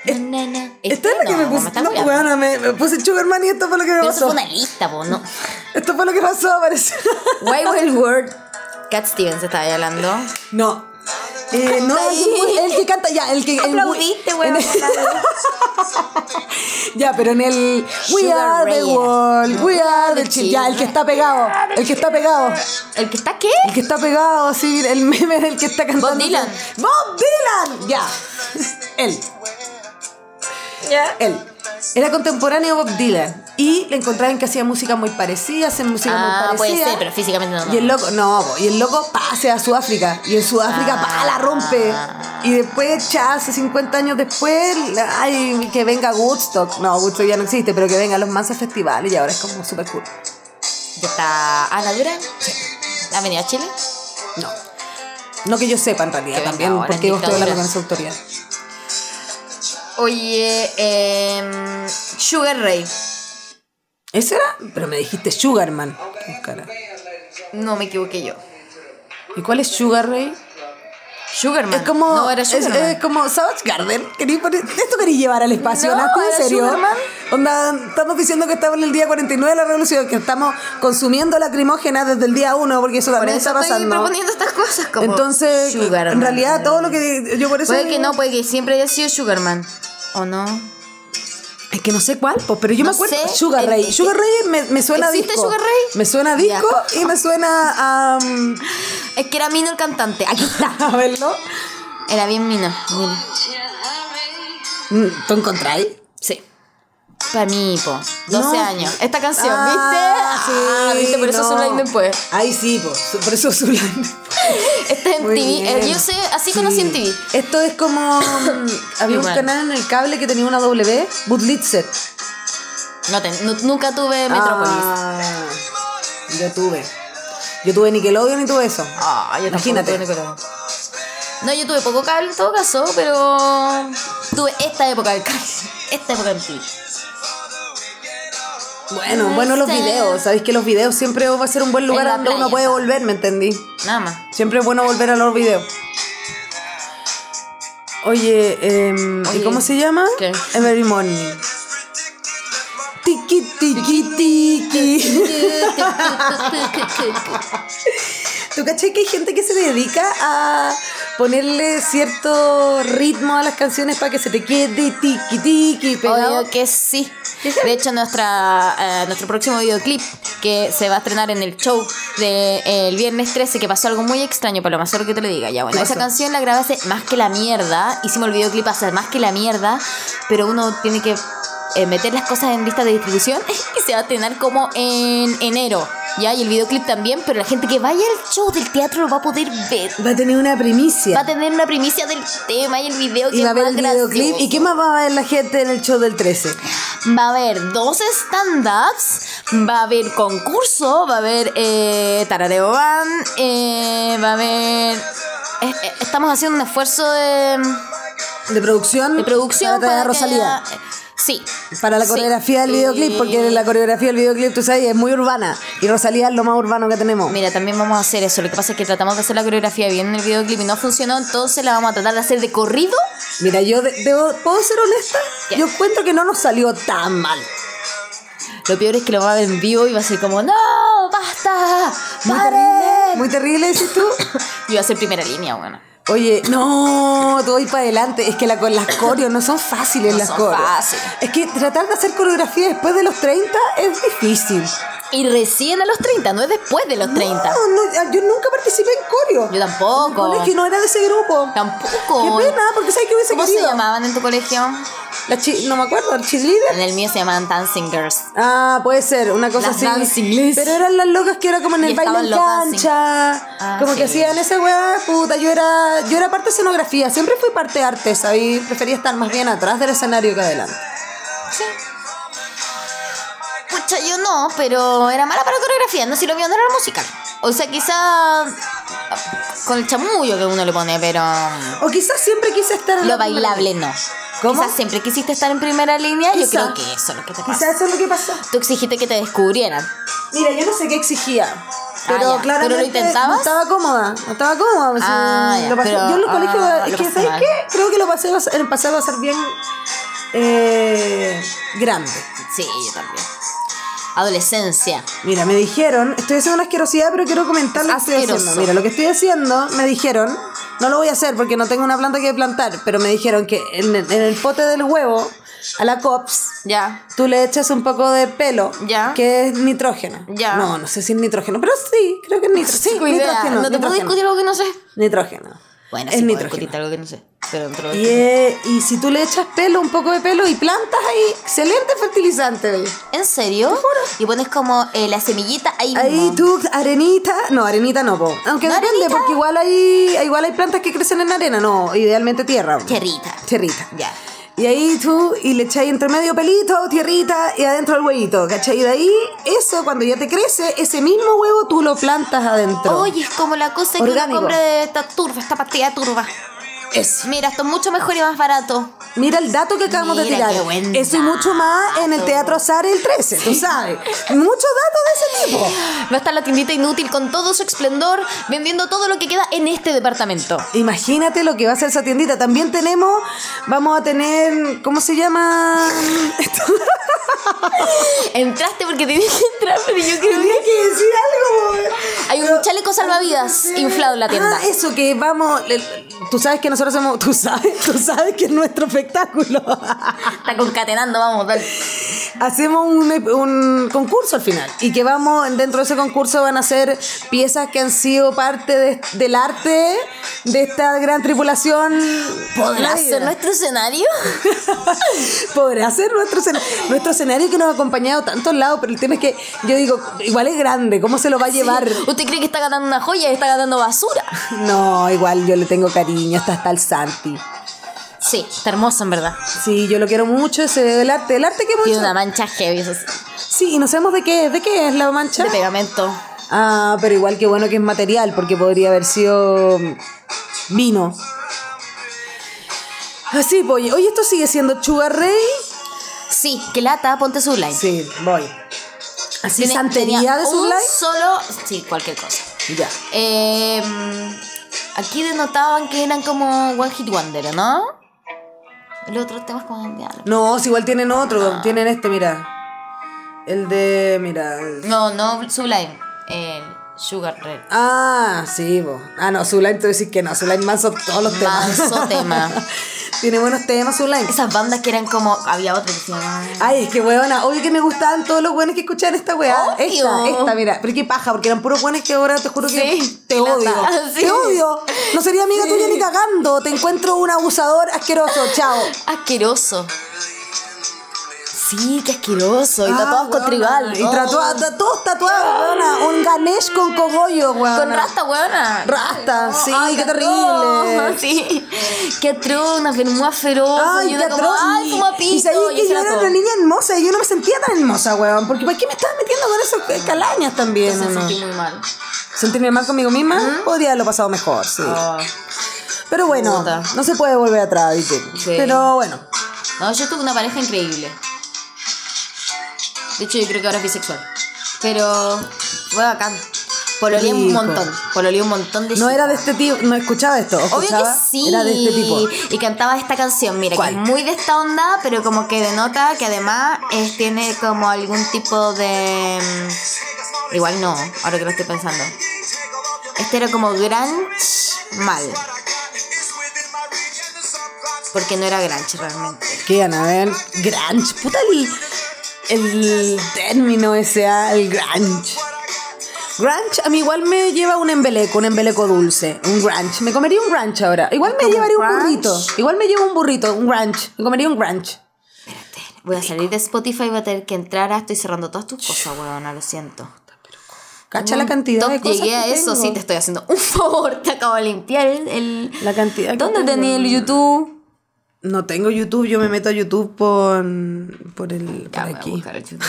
na, na, na.
Esta es la que
no,
me
me
puse.
estás
No,
curando.
weona, me, me puse Sugarman y esto fue lo que me
Pero eso
pasó.
fue una lista, po, no.
Esto fue lo que pasó, apareció.
Why Wild World. Cat Stevens estaba ahí hablando.
No. Eh, no, el, el que canta, ya, el que. el-
Aplaudiste, weón.
en- ya, pero en el. We
Sugar
are the
Ray era.
world, we are the chill. Ya, el que está pegado, el que está pegado.
¿El que está qué?
El que está pegado, así, el meme del que está cantando.
Dylan.
¡Bob Dylan! Ya. Él. Él. Era contemporáneo de Bob Dylan. Y le encontraban que hacía música muy parecida, hacen música
Ah,
muy
puede
parecida.
ser, pero físicamente no. no.
Y el loco, no, po, y el loco pase a Sudáfrica. Y en Sudáfrica, pa, la rompe. Y después, cha, hace 50 años después, ay, que venga Woodstock. No, Woodstock ya no existe, pero que venga a los mansos festivales y ahora es como súper cool.
¿Ya está Ana Dura? ¿Ha venido a Chile?
No. No que yo sepa en realidad
Que venga
también,
ahora
porque
en
yo estoy
dictadura.
hablando con esa autoridad.
Oye, em, Sugar Ray.
¿Eso era? Pero me dijiste Sugarman. Qué cara.
No me equivoqué yo.
¿Y cuál es Sugar Ray?
Sugarman.
Es como,
No, era
es,
Sugarman.
es como Savage Garden. Querí poner- ¿Esto queréis llevar al espacio?
No,
¿no? ¿En
era
serio?
Sugarman.
Onda, estamos diciendo que estamos en el día 49 de la revolución, que estamos consumiendo lacrimógena desde el día 1, porque eso
por
también
eso
está
estoy
pasando.
proponiendo estas cosas como
Entonces,
Sugarman.
en realidad, todo lo que yo por eso.
Puede que no, puede que siempre haya sido Sugarman. ¿O no?
Es que no sé cuál, pues, pero yo
No
me acuerdo.
sé.
Sugar
El-
Ray. Sugar Ray me, me suena a
¿Existe
disco.
Sugar Ray?
Me suena a disco y me suena a. um,
Es que era Mino el cantante. Aquí está.
a verlo.
Era bien Mino. Mira.
Mm, ¿Tú encontráis?
Sí. Para mí, po. 12
No.
años. Esta canción, ¿viste?
Ah, sí,
Ah, ¿viste? Por eso
no.
solo ahí después.
Ahí sí, po, su- por eso Zulán.
Este es MTV. eh, Yo sé, así conocí MTV.
Esto es como. mm, había un
Igual.
canal en el cable que tenía una W, Butlitzer.
No te- nu- nunca tuve Metropolis.
Ah, yo tuve. Yo tuve Nickelodeon y tuve eso.
Ah, yo tampoco
Imagínate.
tuve Nickelodeon. No, yo tuve poco cable en todo caso, pero tuve esta época del cable. Esta época del TV.
Bueno, bueno los
Butlitzer.
videos. Sabéis que los videos siempre va a ser un buen lugar
En la
donde uno
playa.
puede volver, ¿me entendí?
Nada más.
Siempre es bueno volver a los videos. Oye, em, ¿y
Oye,
cómo se llama?
¿qué?
Every morning. Tiki, tiki, tiki. ¿Tú caché que hay gente que se dedica a ponerle cierto ritmo a las canciones para que se te quede tiki, tiki pegado?
Obvio que sí. De hecho, nuestra, eh, nuestro próximo videoclip que se va a estrenar en el show del viernes 13, que pasó algo muy extraño, Paloma, solo que te lo diga. Ya, bueno,
¿Qué
esa
pasó?
canción la grabé hace más que la mierda. Hicimos el videoclip hace más que la mierda, pero uno tiene que eh, meter las cosas en lista de distribución y se va a estrenar como en enero. Ya, y el videoclip también, pero la gente que vaya al show del teatro lo va a poder ver.
Va a tener una primicia.
Va a tener una primicia del tema y el video que
y va a
es
ver
más
el videoclip.
gracioso
¿Y qué más va a ver la gente en el show del 13?
va a haber dos stand-ups, va a haber concurso, va a haber eh, tarareo van, eh, va a haber... eh, eh, estamos haciendo un esfuerzo de,
De producción. Ah,
de producción
Para traer a
que
Rosalía.
haya- eh, sí.
Para la
Sí.
coreografía del
Y-
videoclip, porque la coreografía del videoclip, tú sabes, es muy urbana. Y Rosalía es lo más urbano que tenemos.
Mira, también vamos a hacer eso. Lo que pasa es que tratamos de hacer la coreografía bien en el videoclip y no funcionó, entonces la vamos a tratar de hacer de corrido.
Mira, yo de- debo- ¿puedo ser honesta?
Ya.
Yo encuentro que no nos salió tan mal.
Lo peor es que lo va a ver en vivo y va a ser como, no, basta,
Muy
paren.
terrible. Muy terrible, dices tú.
Y va a ser primera línea, bueno.
Oye, no, tú voy para adelante. Es que la, con las coreos no son fáciles
No
las
son
coreos.
fáciles.
Es que tratar de hacer coreografía después de los 30 es difícil.
Y recién a los 30, no es después de los 30.
No, no, yo nunca participé en coreo.
Yo tampoco.
En el colegio no era de ese grupo.
Tampoco.
Qué pena, porque sabes que hubiese
¿Cómo
querido.
se llamaban en tu colegio?
La chi- no me acuerdo, el cheerleader.
En el mío se llamaban Dancing Girls.
Ah, puede ser, una cosa
Las
así.
dancing ladies.
Pero eran las locas que era como en
Y
el baile
estaban
en
los dancing.
cancha.
Ah,
como que
sí.
hacían esa weá, puta. Yo era, yo era parte de escenografía, siempre fui parte de arte, ¿sabí? Prefería estar más bien atrás del escenario que adelante.
Pucha, yo no, pero era mala para coreografía. No, si lo mío no era la música. O sea, quizá ah, con el chamullo que uno le pone, pero
O quizás siempre quise estar en
lo
la-
bailable no.
¿Cómo?
Quizás siempre quisiste estar en primera línea. Yo
Quizá.
creo que eso es lo que te pasa.
Quizás eso es lo que pasó.
Tú exigiste que te descubrieran.
Mira, yo no sé qué exigía. Pero
Ah, ya.
claramente
¿Pero lo intentabas?
no estaba cómoda, no estaba cómoda. o sea,
Ah, ya,
lo pasé-
pero-
yo en el
ah,
colegio,
lo
es que,
pasaste
¿sabes
mal.
qué? Creo que lo pasé, bas- el pasado va a ser bien eh, grande.
Sí, yo también. Adolescencia.
Mira, me dijeron, estoy haciendo una asquerosidad, pero quiero comentar lo que estoy
Asqueroso.
haciendo. Mira, lo que estoy haciendo, me dijeron, no lo voy a hacer porque no tengo una planta que plantar, pero me dijeron que en el, en el pote del huevo, a la COPS,
Ya.
tú le echas un poco de pelo,
Ya.
que es nitrógeno.
Ya.
No, no sé si es nitrógeno, pero sí, creo que es nitrógeno. Sí,
Tengo idea.
nitrógeno.
No te puedo
nitrógeno.
discutir algo que no sé.
Nitrógeno.
Bueno,
es
sí pues, puedo
nitrógeno.
discutir algo que no sé. Pero no te lo
Y,
discuto.
eh, y si tú le echas pelo, un poco de pelo y plantas ahí, excelente fertilizante, oye.
¿En serio? Y pones como eh, la semillita ahí
Ahí
mismo.
tú, arenita, no, arenita no, po. aunque
¿No
depende,
arenita?
porque igual hay, igual hay plantas que crecen en arena, no, idealmente tierra. po.
Tierrita.
Tierrita.
Ya.
Y ahí tú, y le echáis entre medio pelito, tierrita, y adentro el huevito, ¿cachai? Y de ahí, eso, cuando ya te crece, ese mismo huevo tú lo plantas adentro.
Oye, es como la cosa que uno
Orgánico.
compra de esta turba, esta pastilla turba.
Eso.
Mira, esto es mucho mejor y más barato.
Mira el dato que acabamos de
Mira,
tirar.
qué buen
Eso y mucho más en el Teatro Azar el 13, tú sabes. Muchos datos de ese tipo.
Va a estar la tiendita inútil con todo su esplendor, vendiendo todo lo que queda en este departamento.
Imagínate lo que va a ser esa tiendita. También tenemos, vamos a tener, ¿cómo se llama? Esto-
Entraste porque te dije entrar, pero yo creo
Tenía
que...
que decir algo.
Hay un chaleco salvavidas inflado en la tienda.
Ah, eso que vamos, le- tú sabes que nosotros hacemos, tú sabes, tú sabes que es nuestro espectáculo.
Está concatenando, vamos, dale.
Hacemos un, un concurso al final y que vamos, dentro de ese concurso van a ser piezas que han sido parte de- del arte de esta gran tripulación.
¿Podrá
navideña.
ser nuestro escenario?
podrá ser nuestro, escena- nuestro escenario que nos ha acompañado a tantos lados, pero el tema es que yo digo, igual es grande, ¿cómo se lo va a llevar?
¿Usted cree que está ganando una joya y está ganando basura?
No, igual yo le tengo cariño, hasta hasta el Santi.
Sí, está hermoso en verdad.
Sí, yo lo quiero mucho, ese del arte, el arte que hemos
Tiene
hecho.
una mancha heavy, eso sí,
Sí, y no sabemos de qué es, de qué es la mancha.
de pegamento.
Ah, pero igual que bueno que es material, porque podría haber sido mm, vino. Así, oye, oye, esto sigue siendo Sugar Ray.
Sí, que lata, ponte su like.
Sí, voy. Así,
Tiene-
santería
tenía
de
un
su
solo... Sí, cualquier cosa.
Ya.
Eh, aquí denotaban que eran como One Hit Wonder, ¿no? Los otros temas como... ya, no.
No, si igual tienen otro,
Ah.
tienen este, mira. El de, mira. el-
No, no Sublime. Eh, Sugar Red.
Ah, sí, vos. Ah, no, Sublime, tú decís que no, Sublime manso todos los temas.
Manso tema.
Tiene buenos temas Sublime.
Esas bandas que eran como. Había otra que se llamaba.
Ay, es que huevona, obvio que me gustaban todos los buenos que escuchaban esta weá.
Obvio.
Esta, esta, mira. Pero qué paja, porque eran puros buenos que ahora te juro que
Sí,
te
qué lata.
odio.
Sí.
Te odio. No sería amiga tuya ni cagando. Te encuentro un abusador asqueroso. Chao.
Asqueroso. Sí, qué asqueroso. Y
Ah,
tatuados con
weona.
tribal.
Y
Oh.
tatua- ta- todos tatuados, weona. Un ganesh con cogollo, weona.
Con rasta, weona.
Ah, Rasta,
No,
sí,
ay,
qué
atroz,
terrible.
Sí. Qué atroz, unas bermudas feroces.
Ay,
y
qué
una como,
atroz.
Ay, fuma
Y
pito.
sabía que
eso
yo era
todo.
una niña hermosa y yo no me sentía tan hermosa, weón. Porque ¿para qué me estabas metiendo con esas eh, calañas también?
Me
o no?
sentí muy mal.
Sentirme mal conmigo misma, podría haberlo pasado mejor, sí.
Ah.
Pero bueno,
Oh, Puta.
no se puede volver atrás, ¿viste?
Sí.
Pero bueno,
No, yo tuve una pareja increíble. De hecho, yo creo que ahora es bisexual. Pero fue bacán. Pololeé un
Rico.
montón. Pololeé un montón de
no
chicas.
era de este tipo, no escuchaba esto.
Obvio
escuchaba,
que sí.
Era de este tipo.
Y cantaba esta canción, mira,
¿Cuál?
que es muy de esta onda, pero como que denota que además es- tiene como algún tipo de. mm, Igual no, ahora que lo estoy pensando. Este era como grunge mal. Porque no era grunge realmente.
¿Qué, Anabel? Grunge, puta el, el término ese, ah, el grunge. Grunge a mí igual me lleva un embeleco, un embeleco dulce, un grunge. Me comería un grunge ahora. Igual me llevaría un
grunge?
burrito. Igual me llevo un burrito, un grunge. Me comería un grunge.
Voy a salir de Spotify y voy a tener que entrar. ah, Estoy cerrando todas tus cosas, weona, lo siento.
Cacha la cantidad de
Top,
cosas
Llegué
que
a eso,
tengo.
sí, te estoy haciendo un favor. Te acabo de limpiar el. el-
La cantidad que
¿Dónde
tengo.
tenía el YouTube?
No tengo YouTube, yo me meto a YouTube por, por
Ya,
el por
voy a
aquí.
buscar el YouTube.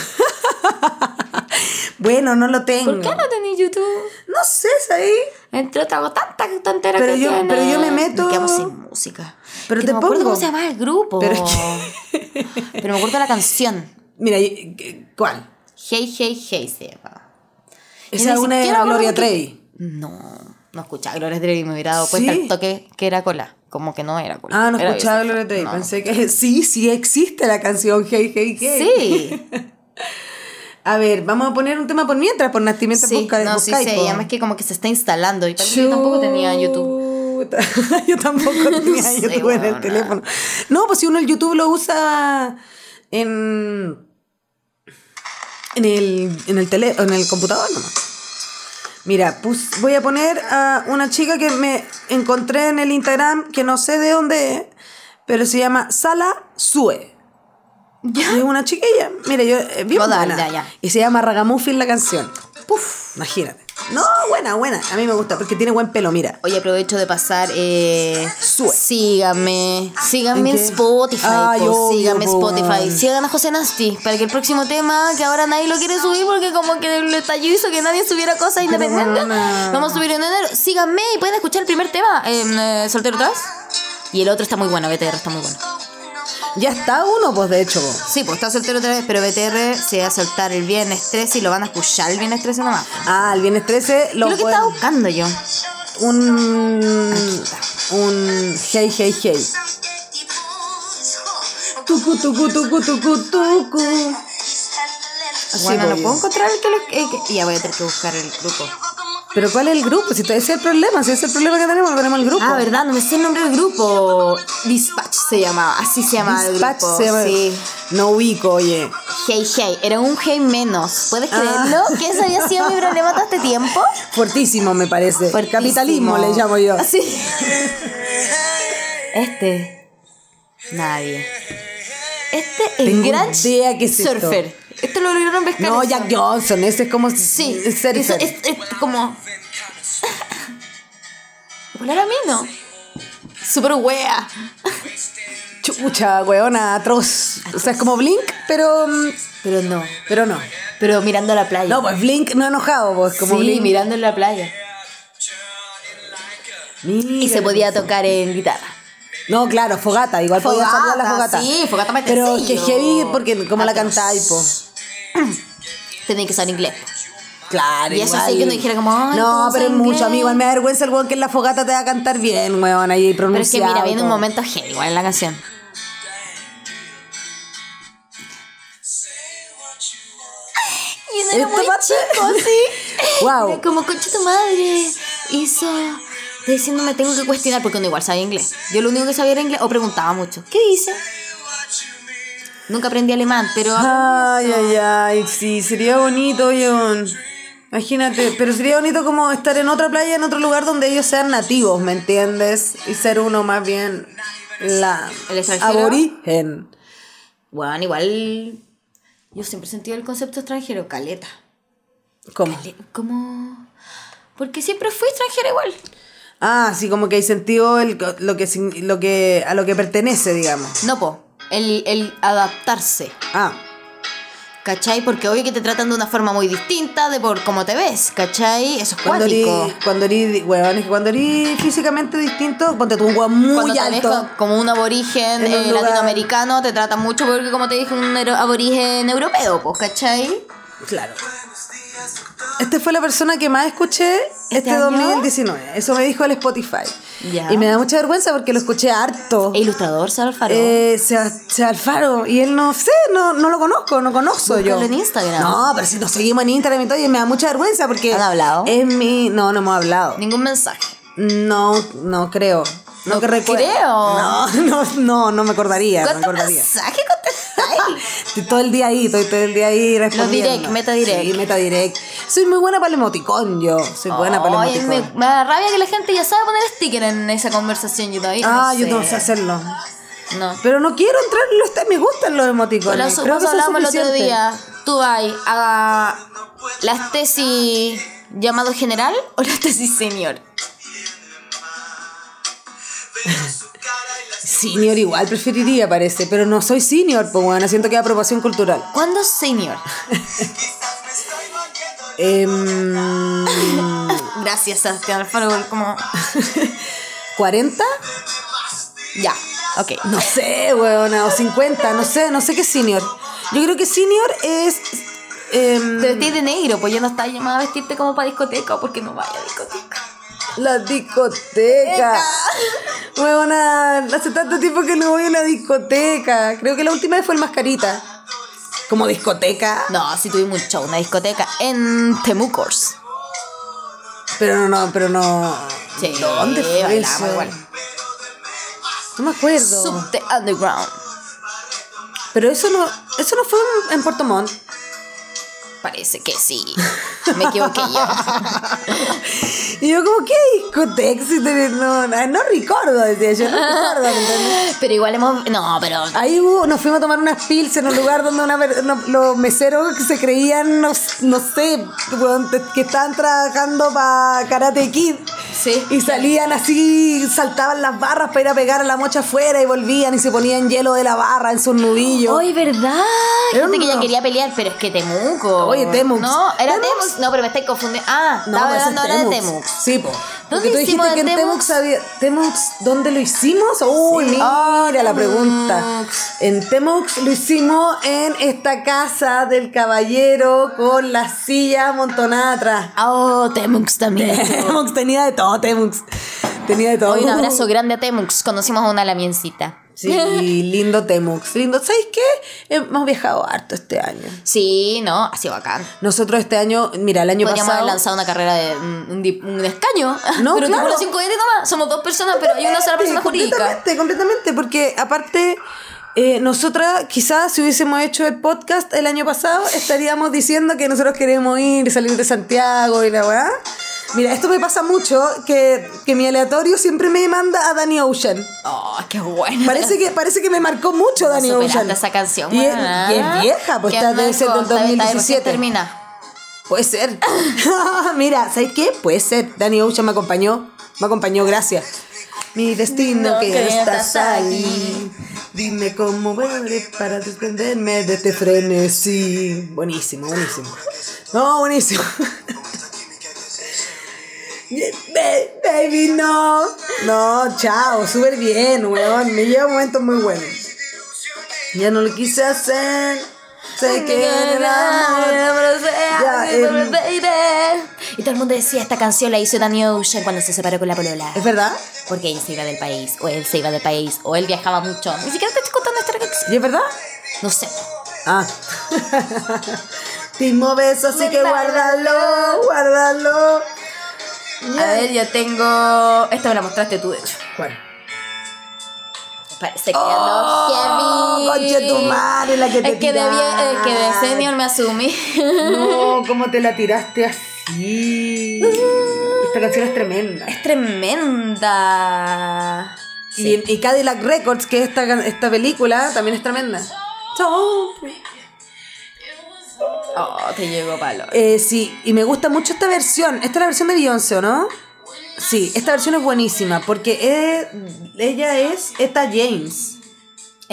Bueno, no lo tengo.
¿Por qué no tenía YouTube?
No sé, ¿sabes?
Entre otras tantas tonteras
Pero
que
yo-
tiene.
pero yo me meto-
Nos quedamos sin música.
Pero
Que
te
no me acuerdo
pongo.
cómo se llamaba el grupo.
Pero es
Pero me acuerdo la canción.
Mira, y- ¿cuál?
Hey, hey, hey se llamaba.
Esa es
ni
una de
siquiera me acuerdo
Gloria
por qué-
Trevi.
No, no escuchaba Gloria Trevi, me hubiera dado cuenta
Sí.
al toque que era cola. Como que no era cola.
Ah, no
era
escuchaba
Bisexual.
Gloria Trevi.
No.
Pensé que sí, sí existe la canción Hey, Hey, Hey.
Sí,
A ver, vamos a poner un tema por mientras, por Nacimiento
sí,
Busca de
no, sí,
Busca y
sí,
po.
además que como que se está instalando y parece que tampoco tenía YouTube.
Chuta. Yo tampoco tenía
sé,
YouTube en el
weona.
teléfono. No, pues si uno el YouTube lo usa en. En el, en el, tele, en el computador nomás. Mira, pus- voy a poner a una chica que me encontré en el Instagram, que no sé de dónde es, pero se llama Sala Sue. Y Es una chiquilla. Mira, yo eh, bien
Lo da,
buena.
ya, ya.
Y se llama Ragamuffin la canción. Puf, imagínate. No, buena, buena. A mí me gusta porque tiene buen pelo, mira.
Oye, aprovecho de pasar. Eh,
Sue.
sígame. Síganme
¿En
en,
qué?
Spotify.
Ay,
po,
obvio,
síganme en
po,
Spotify.
weón.
Sigan a José Nasti. Para que el próximo tema, que ahora nadie lo quiere subir porque como que el estallido hizo que nadie subiera cosas independientes.
weona.
Vamos a subir en enero. Síganme y pueden escuchar el primer tema en eh, Soltero atrás. Y el otro está muy bueno, BTR está muy bueno.
Ya está uno, pues de hecho. po.
Sí, pues está soltero otra vez, pero BTR se va a soltar el viernes 13 y lo van a escuchar el viernes 13 nomás.
Ah, el viernes 13
Lo
lo
lo que
pueden-
estaba buscando yo.
un un hey hey hey. Tucu tucu tucu tucu tucu. Así,
bueno,
po,
no
yo.
puedo encontrar el que lo. eh, que- ya voy a tener que buscar el grupo.
Pero ¿cuál es el grupo? Si ese es el problema, si ese es el problema que tenemos, no tenemos el grupo.
Ah, ¿verdad? No me sé el nombre del grupo. Dispatch se llamaba. Así se llamaba
Dispatch
el grupo.
se llama-
Sí.
No ubico, oye.
Hey, hey. Era un hey menos. ¿Puedes
Ah.
creerlo? ¿Que eso había sido mi problema todo este tiempo?
Fuertísimo, me parece.
Por
Capitalismo le llamo yo.
Sí. Este. Nadie. Este es el
Tengo
gran
idea que es esto.
surfer. Esto. lo lograron pescar.
No,
eso.
Jack Johnson, ese es como
Sí.
surfer.
Eso es, es como. Volar a mí, ¿no? Super wea.
Chucha, weona, atroz. O sea, es como Blink, pero mm,
Pero no.
pero no.
Pero mirando a la playa.
No, pues Blink no enojado, pues como
sí,
Blink.
mirando en la playa.
Mira.
Y se podía tocar en guitarra.
No, claro, fogata, igual podía
Fogata,
salir a la fogata.
sí, fogata para
Pero que
sencillo.
heavy porque como la
Atroz.
cantáis, pues.
Tenía que saber inglés.
Claro,
Y eso
igual.
sí que no dijera como, "Ay,
No,
¿cómo
pero es
saben
mucho,
qué?".
a mí igual me da vergüenza el weón que en la fogata te va a cantar bien, weón, ahí
Pero es que
pronunciado.
mira, viene
y
un
todo.
momento heavy igual en la canción. Y uno era
Esta
muy
parte-
chico, sí.
Guau.
Era como, concha tu madre, hizo... Diciéndome, tengo que cuestionar porque uno igual sabía inglés. Yo lo único que sabía era inglés o preguntaba mucho. ¿Qué hice? Nunca aprendí alemán, pero...
Ay, ay, ay, sí, sería bonito, weón. Imagínate, pero sería bonito como estar en otra playa, en otro lugar donde ellos sean nativos, ¿me entiendes? Y ser uno más bien la
¿El extranjero?
aborigen.
Bueno, igual... Yo siempre he sentido el concepto extranjero, caleta.
¿Cómo?
Como... Porque siempre fui extranjera igual.
Ah, sí, como que incentivo el, lo que, sign- lo que, a lo que pertenece, digamos.
No, po. El, el adaptarse.
Ah,
¿Cachai? Porque obvio que te tratan de una forma muy distinta de por cómo te ves, ¿cachai? Eso es
cuando eres,
cuático.
cuando eres, weón, es que cuando eres físicamente distinto, ponte tú un weón muy
Cuando te ves
alto.
co- como un aborigen
En un
eh,
lugar-
latinoamericano, te tratan mucho porque, como te dije, un ero- aborigen europeo, pues, ¿cachai?
Claro. Esta fue la persona que más escuché este,
¿Este año?
2019. Eso me dijo el Spotify.
Ya.
Y me da mucha vergüenza porque lo escuché harto.
E ilustrador, Sara Alfaro.
Oh. Eh, Sebas- Sebas Alfaro. Y él no sé, no, no lo conozco, no conozco yo.
en Instagram.
No, pero si nos seguimos en Instagram y todo, y me da mucha vergüenza porque.
¿Han hablado?
Es mi. No, no hemos hablado.
Ningún mensaje.
No, no creo. No,
No
que recuerde.
creo.
No, no, no, no me acordaría. No me
¿Cuántos
acordaría.
mensajes contestáis?
Estoy todo el día ahí, estoy todo el día ahí respondiendo.
direct, meta direct.
Sí, meta direct. Soy muy buena para el emoticón, yo. Soy buena para el
Ay,
emoticón.
me, me da rabia que la gente ya sabe poner sticker en esa conversación. Yo todavía no
Ah, yo
sé.
tengo que hacerlo.
No.
Pero no quiero entrar en los este- me gustan los emoticones.
Pero eso
Creo que
eso
eso es
hablábamos el otro
suficiente.
día. Tú vas a las tesis llamado general o las tesis senior.
Senior igual preferiría, parece, pero no soy senior, pues bueno, siento que es apropiación cultural.
¿Cuándo senior?
Em,
Gracias, Sebastián Alfaro. por Como...
¿40?
Ya, ok.
No sé, weona, o 50, no sé, no sé qué es senior. Yo creo que senior es em,
Te vestís de negro, pues ya no estás llamada a vestirte como para discoteca porque no vaya a discoteca.
La discoteca. Huevona, hace tanto tiempo que no voy a la discoteca. Creo que la última vez fue el mascarita. Como discoteca.
No, sí tuvimos un show, una discoteca en Temucors.
Pero no, no, pero no.
Sí,
¿Dónde fue
bailamos
eso?
igual.
No me acuerdo.
Subte Underground.
Pero eso no, eso no fue en, en Puerto Montt.
Parece que sí. Me equivoqué yo.
Y yo como, ¿qué discoteca? Si te- No, no, no recuerdo, decía yo, no recuerdo. ¿me entendés?
Pero igual hemos. No, pero.
Ahí hubo- nos fuimos a tomar unas pils en un lugar donde una per- no- los meseros que se creían, no, no sé, weón, te- que estaban trabajando para Karate Kid.
Sí.
Y salían así, saltaban las barras para ir a pegar a la mocha afuera y volvían y se ponían hielo de la barra en sus nudillos.
¡Ay, verdad!
Era
Gente que ya
una-
quería pelear, pero es que Temuco.
Oye, Temux.
No, era
Temux.
Temux. No, pero me estáis confundiendo. Ah,
No,
estaba
ese es
hablando ahora de
Temux.
Temux.
Sí, po. Porque tú
hicimos
dijiste que
el
en Temux
Temux?
había. Temux, ¿dónde lo hicimos? Uy, mira la pregunta. En Ah, Temux lo hicimos en esta casa del caballero con la silla amontonada atrás.
Oh, Temux también.
Temux tenía de todo, Temux. Tenía de todo.
Hoy un abrazo grande a Temux. Conocimos a una lamiencita.
Sí, lindo Temux. Lindo. ¿Sabes qué? Hemos viajado harto este año.
Sí, no, ha sido bacán.
Nosotros este año, mira, el año
Podríamos
pasado.
haber lanzado una carrera de un, un dip- un escaño.
No,
pero
claro.
tú cinco cohetes nomás. Somos dos personas, pero hay una sola persona jurídica.
Completamente, completamente, porque aparte, eh, nosotras quizás si hubiésemos hecho el podcast el año pasado, estaríamos diciendo que nosotros queremos ir, salir de Santiago y la weá. Mira, esto me pasa mucho, que, que mi aleatorio siempre me manda a Danny Ocean.
Oh, qué bueno.
Parece que, parece que me marcó mucho Danny
superaste
Ocean.
esa canción.
Y es,
weona.
y es vieja, pues
Qué
está debe ser del
marco, está bien, está bien, recién
2017.
termina.
Puede ser. Mira, ¿sabes qué? Puede ser. Danny Ocean me acompañó. Me acompañó, gracias. Mi destino
No
que,
que
estás
estás
ahí. Dime cómo veré para desprenderme de este frenesí. Buenísimo, buenísimo. No, buenísimo. Ba- Baby, no. No, chao. Súper bien, weón. Me lleva momentos muy buenos. Ya no lo quise hacer. Sé que el amor Ya, em.
Baby. eh, Y todo el mundo decía, esta canción la hizo Danny Ocean cuando se separó con la polola.
¿Es verdad?
Porque ella se iba del país, o él se iba del país, o él viajaba mucho. Ni siquiera te estoy contando esta canción.
¿Y es verdad?
No sé.
Ah. Timo beso, así que guárdalo, guárdalo.
A ver, yo tengo... Esta me la mostraste tú, de hecho.
Bueno.
Parece que
Oh,
ando heavy.
conche tu madre, la que te
Es que de, vie-
tiras.
es que de senior me asumí.
No, ¿cómo te la tiraste así? Esta canción es tremenda.
Tremenda.
Y, y Cadillac Records, que es esta, can- esta película, también es tremenda. Chao.
Oh, te llegó palo.
Eh, sí, y me gusta mucho esta versión. Esta es la versión de Beyoncé, ¿o ¿no? Sí, esta versión es buenísima porque eh, ella es Eta James. ¿o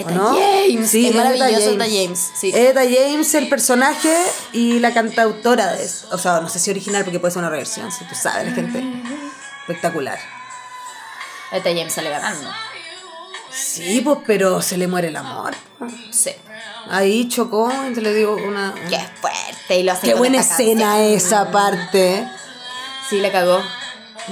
Eta
no?
James.
Sí,
es
Etta
maravilloso Eta James. Eh. Sí.
Etta James, el personaje y la cantautora de eso. O sea, no sé si original porque puede ser una reversión, si tú sabes, la gente. Espectacular.
Eta James sale ganando.
Sí, pues, pero se le muere el amor. pues.
Sí.
Ahí chocó, entonces le digo una.
Qué fuerte. Y lo hace
Qué
con
buena
esta canción.
escena esa parte.
Sí, la cagó.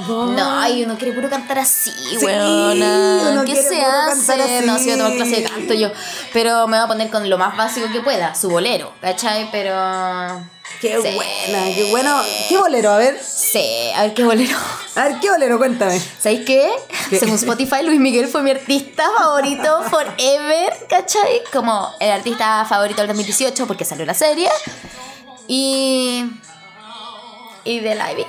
No, ay, uno quiere puro cantar así, weona.
uno
¿Qué
quiere
se
puro cantar
hace? No,
así.
si voy a tomar clase de canto yo. Pero me voy a poner con lo más básico que pueda, su bolero, ¿cachai? Pero.
Qué
Sí.
buena, qué bueno. ¿Qué bolero? A ver.
Sí, a ver qué bolero.
A ver, ¿qué bolero? Cuéntame.
¿Sabéis qué? Según Spotify, Luis Miguel fue mi artista favorito forever, ¿cachai? Como el artista favorito del 2018 porque salió la serie. Y. Y de la vida.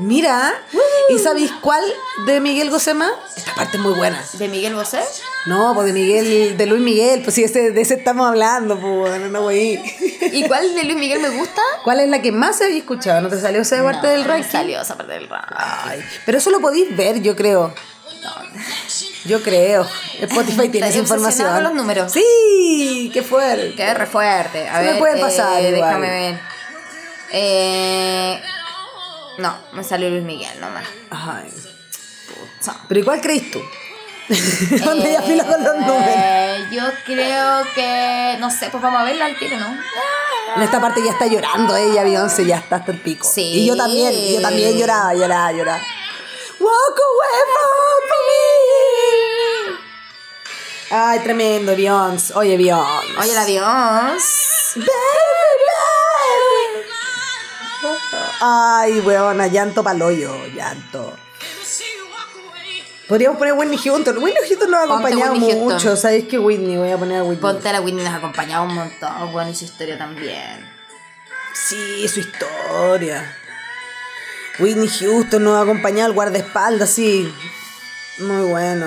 Mira, ¿y sabéis cuál de Miguel Gosema? Esta parte es muy buena.
¿De Miguel Bosé?
No, pues de Miguel, de Luis Miguel, pues sí, ese- de ese estamos hablando, pues no, no voy.
¿Y cuál de Luis Miguel me gusta?
¿Cuál es la que más habéis escuchado? ¿No te salió esa parte
No,
del
no me
ranking?
Salió esa parte del ranking.
Ay, pero eso lo podéis ver, yo creo. Yo creo. Spotify tiene esa
Estaría
información.
obsesionada con los números.
Sí, qué fuerte.
Qué re fuerte. A
Se me
ver, eh,
pueden pasar igual.
déjame ver. Eh, no, me salió Luis Miguel nomás.
Ay.
So.
Pero ¿y cuál crees tú? ¿Dónde ya filo con los números?
Eh, yo creo que. No sé, pues vamos a verla al tiro, ¿no?
En esta parte ya está llorando ella, Beyoncé, ya está hasta el pico.
Sí.
Y yo también, yo también lloraba, lloraba, lloraba. Walk away from me. Ay, tremendo, Beyoncé. Oye, Beyoncé.
Oye, el adiós.
Ay, weona, llanto paloyo, llanto. Podríamos poner Whitney Houston. Whitney Houston nos ha
Ponte
acompañado
Whitney Houston.
mucho. ¿Sabéis que Whitney? Voy a poner a Whitney.
Ponte a la Whitney nos ha acompañado un montón, bueno, y su historia también.
Sí, su historia. Whitney Houston nos ha acompañado, el guardaespaldas, sí. Muy bueno.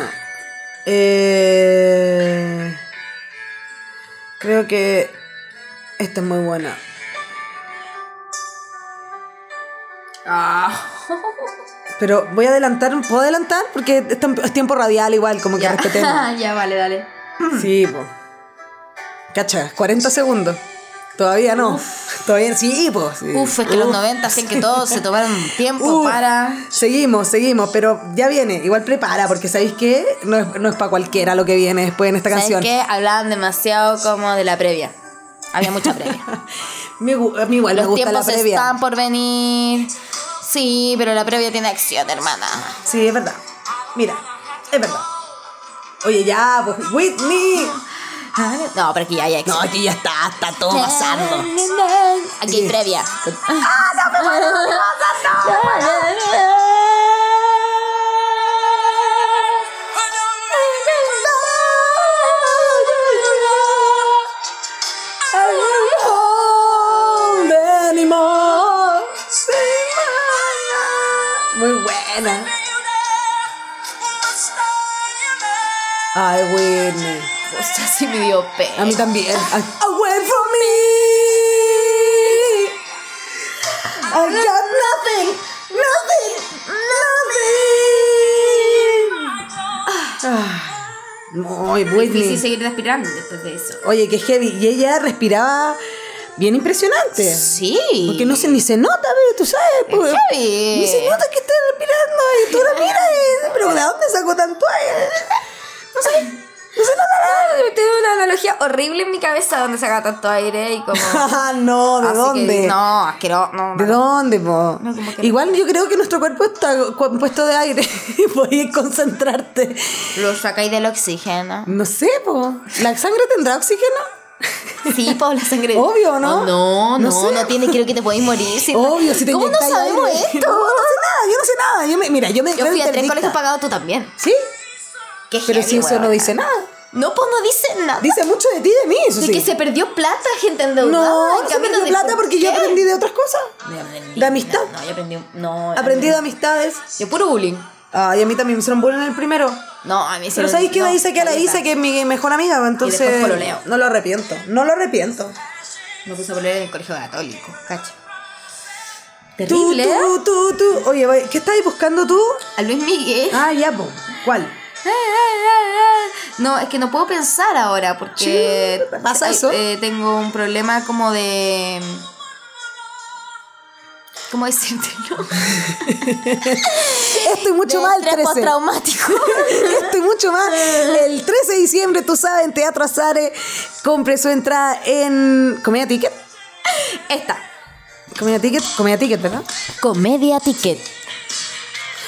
Eh, creo que esta es muy buena. Ah. Pero voy a adelantar, ¿puedo adelantar? Porque es tem- es tiempo radial igual, como que respetemos.
ya, vale, dale.
Sí, po. Cacha, 40 segundos. Todavía no. Todavía sí, po. sí.
Uf, es que los 90 hacen que todos se tomaron un tiempo
Uf.
para.
Seguimos, seguimos, pero ya viene. Igual prepara, porque ¿sabéis qué? No es, no es para cualquiera lo que viene después en esta
¿Sabes
canción.
qué? Hablaban demasiado como de la previa. Había mucha previa.
Me gu- a mí igual me
Los
gusta la
tiempos
previa.
están por venir. Sí, pero la previa tiene acción, hermana.
Sí, es verdad. Mira, es verdad. Oye, ya, pues, Whitney.
No, pero aquí ya hay acción.
No, aquí ya está, está todo pasando.
Aquí hay previa.
Muy buena. Ay, Whitney.
O sea, sí me dio
A mí
pena.
también. Ay, Away from me. I got nothing, nothing, nothing. Ah, muy
Difícil
Whitney.
seguir respirando después de eso.
Oye, qué heavy. Y ella respiraba bien impresionante.
Sí.
Porque no se ni se nota, bebé, tú sabes. pues.
heavy.
Ni se nota que está respirando. Y tú la miras y dices, pero ¿de dónde sacó tanto aire? No sé. No se nota nada.
Tengo una analogía horrible en mi cabeza donde saca tanto aire y como.
Ah, no, ¿de
Así
dónde?
que, no, asqueroso. No,
¿De
no.
dónde, po?
No, como que
Igual yo creo que nuestro cuerpo está compuesto de aire y podéis concentrarte.
Lo sacáis del oxígeno.
No sé, po. ¿La sangre tendrá oxígeno?
Sí, Paula Sangre.
Obvio, ¿no?
Oh, no, no,
No
no,
sé.
tiene, creo que te podéis morir. si-
Obvio, si te
pues. ¿Cómo no
inyectáis
sabemos
aire.
esto?
No, no sé nada, yo no sé nada. Yo me- mira, yo me
Yo
creo
fui a tres
interdicta.
colegios pagados, tú también.
Sí,
Qué
pero
heavy,
si eso
weón.
no dice nada.
No, pues no dice nada.
Dice mucho de ti y de mí, eso
de
sí.
que se perdió plata, gente
no,
endeudada. en
no se
cambio,
perdió
de-
plata porque yo
¿Qué?
aprendí de otras cosas.
No, yo aprendí-
de amistad.
No, no, yo aprendí. No,
Aprendí de amistades.
Yo puro bullying.
Ay, a mí también me hicieron bullying en el primero.
No, a mí sí.
Pero
me-
¿sabéis qué
no,
me dice que la
caleta.
hice? Que es mi mejor amiga, entonces.
después pololeo.
No lo arrepiento. No lo arrepiento.
Me puse a volver en el colegio católico, cacho.
Tú,
Terrible. ¿eh?
tú, tú, tú. Oye, va- ¿qué estáis buscando tú?
A Luis Miguel.
Ah, ya, po. ¿Cuál?
No, es que no puedo pensar ahora porque
Sí, pasa
ay,
eso.
eh, tengo un problema como de ¿Cómo decírtelo?
Estoy mucho
De
más el
estrés
13.
postraumático.
Estoy mucho más. El 13 de diciembre, tú sabes, en Teatro Azare, compre su entrada en. ¿Comedia Ticket?
Esta.
¿Comedia Ticket? ¿Comedia Ticket, verdad?
Comedia Ticket.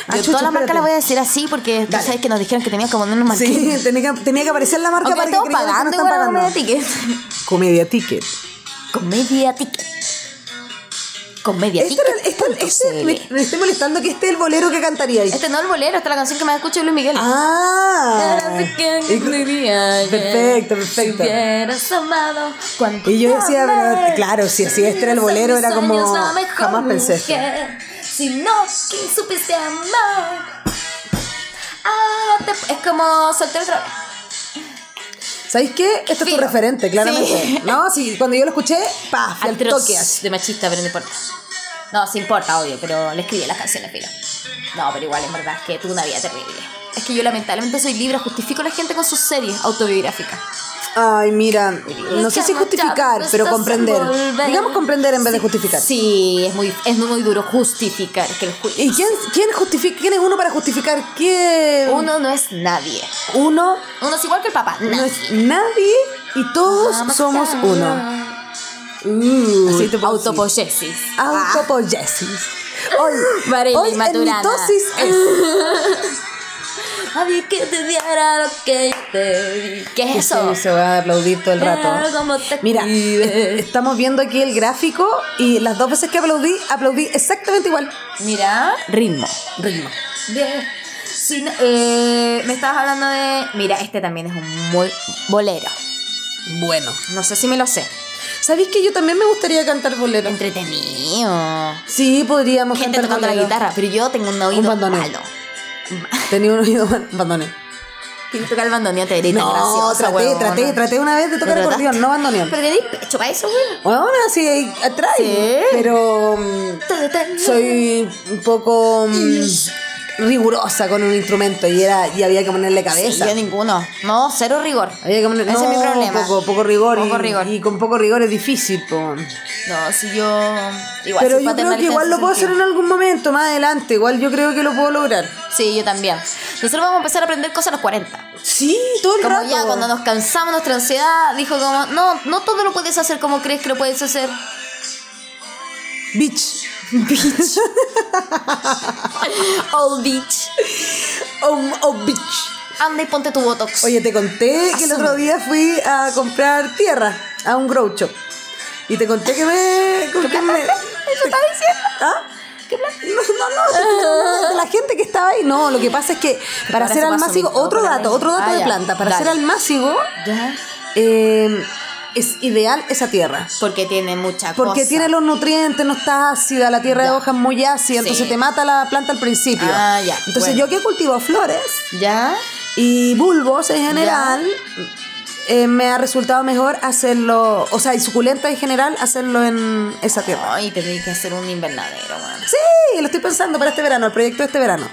Ah,
Yo
chucha,
toda la marca
espérate.
la voy a decir así porque tú
Dale.
sabes que nos dijeron que teníamos que ponernos marca.
Sí, tenía que, tenía que aparecer la marca
Aunque
para que
estamos
creyeran que no
pagando igual la
están pagando.
Comedia Ticket.
Comedia Ticket.
Comedia Ticket. Comedia
Este, era-
Ticket.
este,
punto
este-
CL.
me, me estoy molestando que este es el bolero que cantaría ahí.
Este no el bolero, esta es la canción que me escucha Luis Miguel.
Ah. Perfecto,
Perfecto,
perfecto.
amado cuando
Y yo decía,
te amé.
pero, claro, si así este era el
Son
bolero,
mis
era como,
sueños, la mejor
jamás pensé esto.
mujer. Si no, ¿quién supiste amar? Ah, te- es como soltero otra vez.
¿Sabéis qué? Esto es tu
Filo.
referente, claramente.
Sí.
No, sí, cuando yo lo escuché, pa, fui al
Atroz
toque así.
de machista, pero no importa. No, sí importa, obvio, pero le escribí las canciones, pero. No, pero igual, en verdad, es que tuve una vida terrible. Es que yo lamentablemente soy libre, justifico a la gente con sus series autobiográficas.
Ay, mira, no sé si justificar, pero comprender. Digamos comprender en vez de justificar.
Sí, es muy, es muy duro justificar que el juicio.
¿Y quién, quién justifica? ¿Quién es uno para justificar? ¿Quién?
Uno no es nadie.
Uno
Uno es igual que el papá.
no
nadie.
es nadie y todos
Vamos
somos
a-
uno. Uh,
Autopoyesis. Ah.
autopoyesis. Hoy,
Varela
hoy
y Maturana.
en mitosis es.
Había que te diera lo que yo te di. ¿Qué es eso?
Sí, se va a aplaudir todo el
Claro,
rato.
como te
Mira, eh,
escribe.
estamos viendo aquí el gráfico y las dos veces que aplaudí, aplaudí exactamente igual.
Mira.
Ritmo, ritmo.
Bien. Si no- eh, me estabas hablando de. Mira, este también es un muy bolero.
Bueno.
No sé si me lo sé.
¿Sabéis que yo también me gustaría cantar bolero?
Entretenido.
Sí, podríamos
Gente
cantar
tocando la
bolero.
guitarra, pero yo tengo un oído
Un bandoneón.
malo.
Tenía un oído bandoneón.
Quiero tocar el bandoneón, te grita
No,
graciosa,
traté,
huevona.
traté, traté una vez de tocar
¿Lo trataste?
acordeón, no bandoneón.
Pero tenéis pecho para eso, güey.
Bueno, sí, ahí atrás.
Sí.
Pero mm, soy un poco mm, rigurosa con un instrumento y era y había que ponerle cabeza.
Sí, yo ninguno. No, cero rigor.
había que ponerle
Ese es mi
no,
problema.
Poco, poco rigor.
Poco
y,
rigor.
y con poco rigor es difícil. po.
No, si yo. Igual
Pero
soy
yo creo
paternalista
que
en
igual
ese
lo puedo
sentido.
hacer en algún momento, más adelante. Igual yo creo que lo puedo lograr.
Sí, yo también. Nosotros vamos a empezar a aprender cosas a los 40.
Sí, todo el
Como
rato.
ya cuando nos cansamos, nuestra ansiedad dijo como, no, no todo lo puedes hacer como crees que lo puedes hacer.
Bitch.
Oh, bitch.
Oh, oh, bitch.
Anda y ponte tu botox.
Oye, te conté que el otro día fui a comprar tierra a un grow shop. Y te conté que me. con que me-
¿Eso estás diciendo?
¿Ah? No, no, no, de la gente que estaba ahí. No, lo que pasa es que para
Ahora
ser
se pasa
almácigo,
mi-
otro
otra
dato,
vez.
otro dato
Ah,
de
ya.
planta, para
Dale.
ser almácigo
Ya.
eh, es ideal esa tierra.
Porque tiene mucha
Porque
cosa.
tiene los nutrientes, no está ácida, la tierra
Ya.
de hojas es muy ácida,
Sí.
entonces te mata la planta al principio.
Ah, ya,
Entonces
bueno.
yo que cultivo flores,
¿Ya?
y bulbos en general eh, me ha resultado mejor hacerlo, o sea, y suculenta en general, hacerlo en esa tierra.
Ay, tendría que hacer un invernadero, weón.
Sí, lo estoy pensando para este verano, el proyecto de este verano.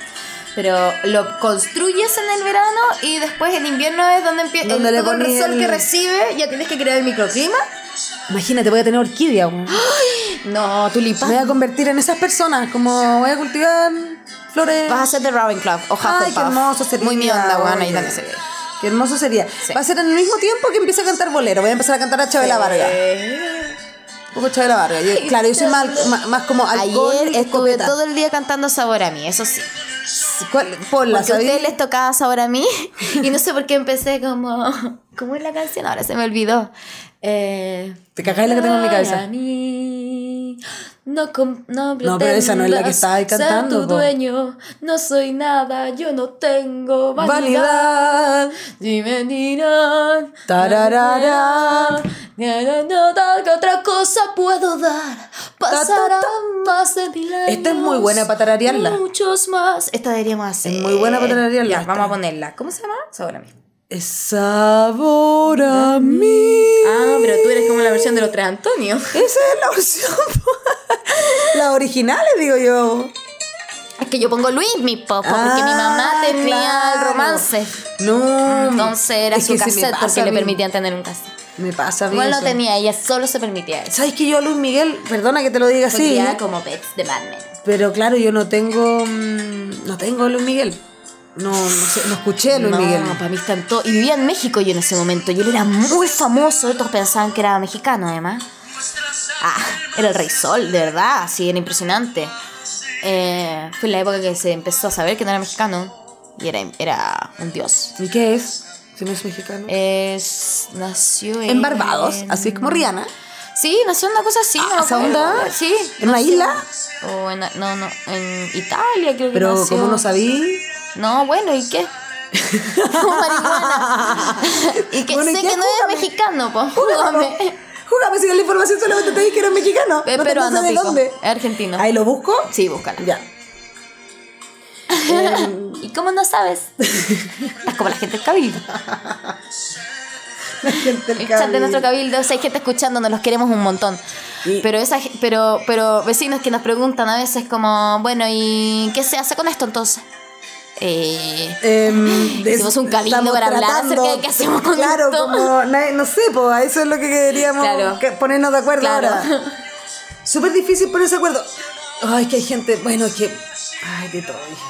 Pero lo construyes en el verano y después en invierno es donde empieza
Donde le
el, todo el
poní
sol
el-
que recibe, ya tienes que crear el microclima.
Imagínate, voy a tener orquídea. weón.
No,
Me
tulipán.
voy a convertir en esas personas, como voy a cultivar flores.
Vas a ser de Ravenclaw o Hufflepuff.
Ay, qué hermoso sería.
Muy mi onda, weón, ahí
oye.
también se ve.
Qué hermoso sería.
Sí.
Va a ser en el mismo tiempo que empiece a cantar bolero. Voy a empezar a cantar a Chabela Vargas. Un poco Chabela Vargas. Yo- claro, yo soy más, más, más como alcohol
Ayer
y
estuve
escopeta.
todo el día cantando Sabor a mí, eso sí.
¿Cuál? Ponla,
Porque a
¿sabí?
ustedes les tocaba Sabor a mí y no sé por qué empecé como... ¿Cómo es la canción? Ahora se me olvidó. Eh,
Te cagáis la que tengo en mi
Sabor a
cabeza.
mí, No, com- no,
No, pero esa no es la que
pretendas
estaba ahí
ser
cantando,
tu
po.
dueño, no soy nada, yo no tengo vanidad.
Vanidad.
Dime, dirán.
Tararara.
No, no, no, ¿qué otra cosa puedo dar? Pasarán
Ta, ta,
más de mil años.
Esta es muy buena para tararearla.
Muchos más. Esta deberíamos hacer.
Es muy buena para tararearla
Ya,
esta.
vamos a ponerla. ¿Cómo se llama? Sobre mí.
Es sabor a mí.
Ah, pero tú eres como la versión de los tres Antonio.
Esa es la opción. Las originales, digo yo.
Es que yo pongo Luis, mi pop, porque
Ah,
mi mamá tenía el
claro.
romance.
No.
Ah, Entonces era
Es
su
que sí me
cassette
pasa
porque
a
le
mí.
permitían tener un cassette.
Me pasa a mí
Igual no
eso.
tenía, ella solo se permitía eso.
¿Sabes que yo a Luis Miguel, perdona que te lo diga
Porque
así,
era como pets de Batman.
pero claro, yo no tengo. mm, No tengo a Luis Miguel. No, no, sé, no escuché a Luis
no,
Miguel.
para mí están todos. Y vivía en México yo en ese momento. Y él era muy famoso. Otros pensaban que era mexicano, además. Ah, era el Rey Sol, de verdad. Sí, era impresionante. Eh, fue en la época que se empezó a saber que no era mexicano. Y era, era un dios.
¿Y qué es? Si no es mexicano.
Es, nació
en Barbados,
Eh, en-
así como Rihanna.
Sí, nació en una cosa así. no me
¿esa
acuerdo.
onda?
Sí.
Ah, ¿En una
nació-
isla?
O en, no, no, en Italia creo que
Pero
nació.
como no sabí.
No, bueno, ¿y qué? Marihuana. y que
Bueno, ¿y
sé
qué?
que no
Júgame.
es mexicano, pues.
Júgame. Júgame si la información solamente te dije que eres mexicano.
Es
no te
Eh, peruano,
pasa de
pico.
dónde.
Es argentino.
Ahí lo busco.
Sí, búscala.
Ya.
¿Y cómo no sabes? Estás como la gente del cabildo.
La gente
El chat de nuestro cabildo, o sea, hay gente escuchando, nos los queremos un montón.
Y-
Pero, esa, ge- pero, pero vecinos que nos preguntan a veces como, bueno, ¿y qué se hace con esto entonces? Eh,
Em, de-
Hicimos un cabildo
estamos
para hablar
tratando-
acerca de qué hacemos con
claro,
esto.
como, na- no sé, pues a eso es lo que queríamos
Claro.
que- ponernos de acuerdo
Claro.
ahora. Súper difícil ponerse de acuerdo. Ay, que hay gente, bueno, que... Ay, de todo. hija.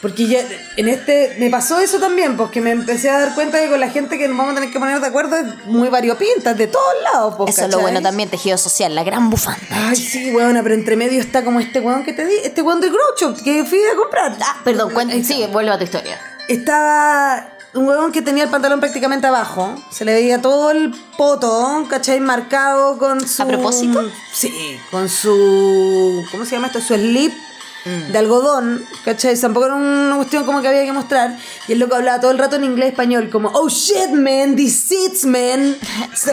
Porque ya en este me pasó eso también, porque me empecé a dar cuenta que con la gente que nos vamos a tener que poner de acuerdo es muy variopinta, de todos lados. pues,
Eso es lo
¿cachai?
bueno también, tejido social, la gran bufanda.
Ay, sí, weona, pero entre medio está como este weón que te di, este weón del Grow Shop que fui a comprar.
Ah, perdón, cuéntame. Sí, vuelvo a tu historia.
Estaba un huevón que tenía el pantalón prácticamente abajo. Se le veía todo el poto, ¿cachai? Marcado con su.
¿A propósito?
Sí, con su. ¿Cómo se llama esto? Su slip
Mm.
de algodón, ¿cachai? Tampoco era una cuestión como que había que mostrar. Y el loco hablaba todo el rato en inglés español, como, oh shit, man, these seats, man.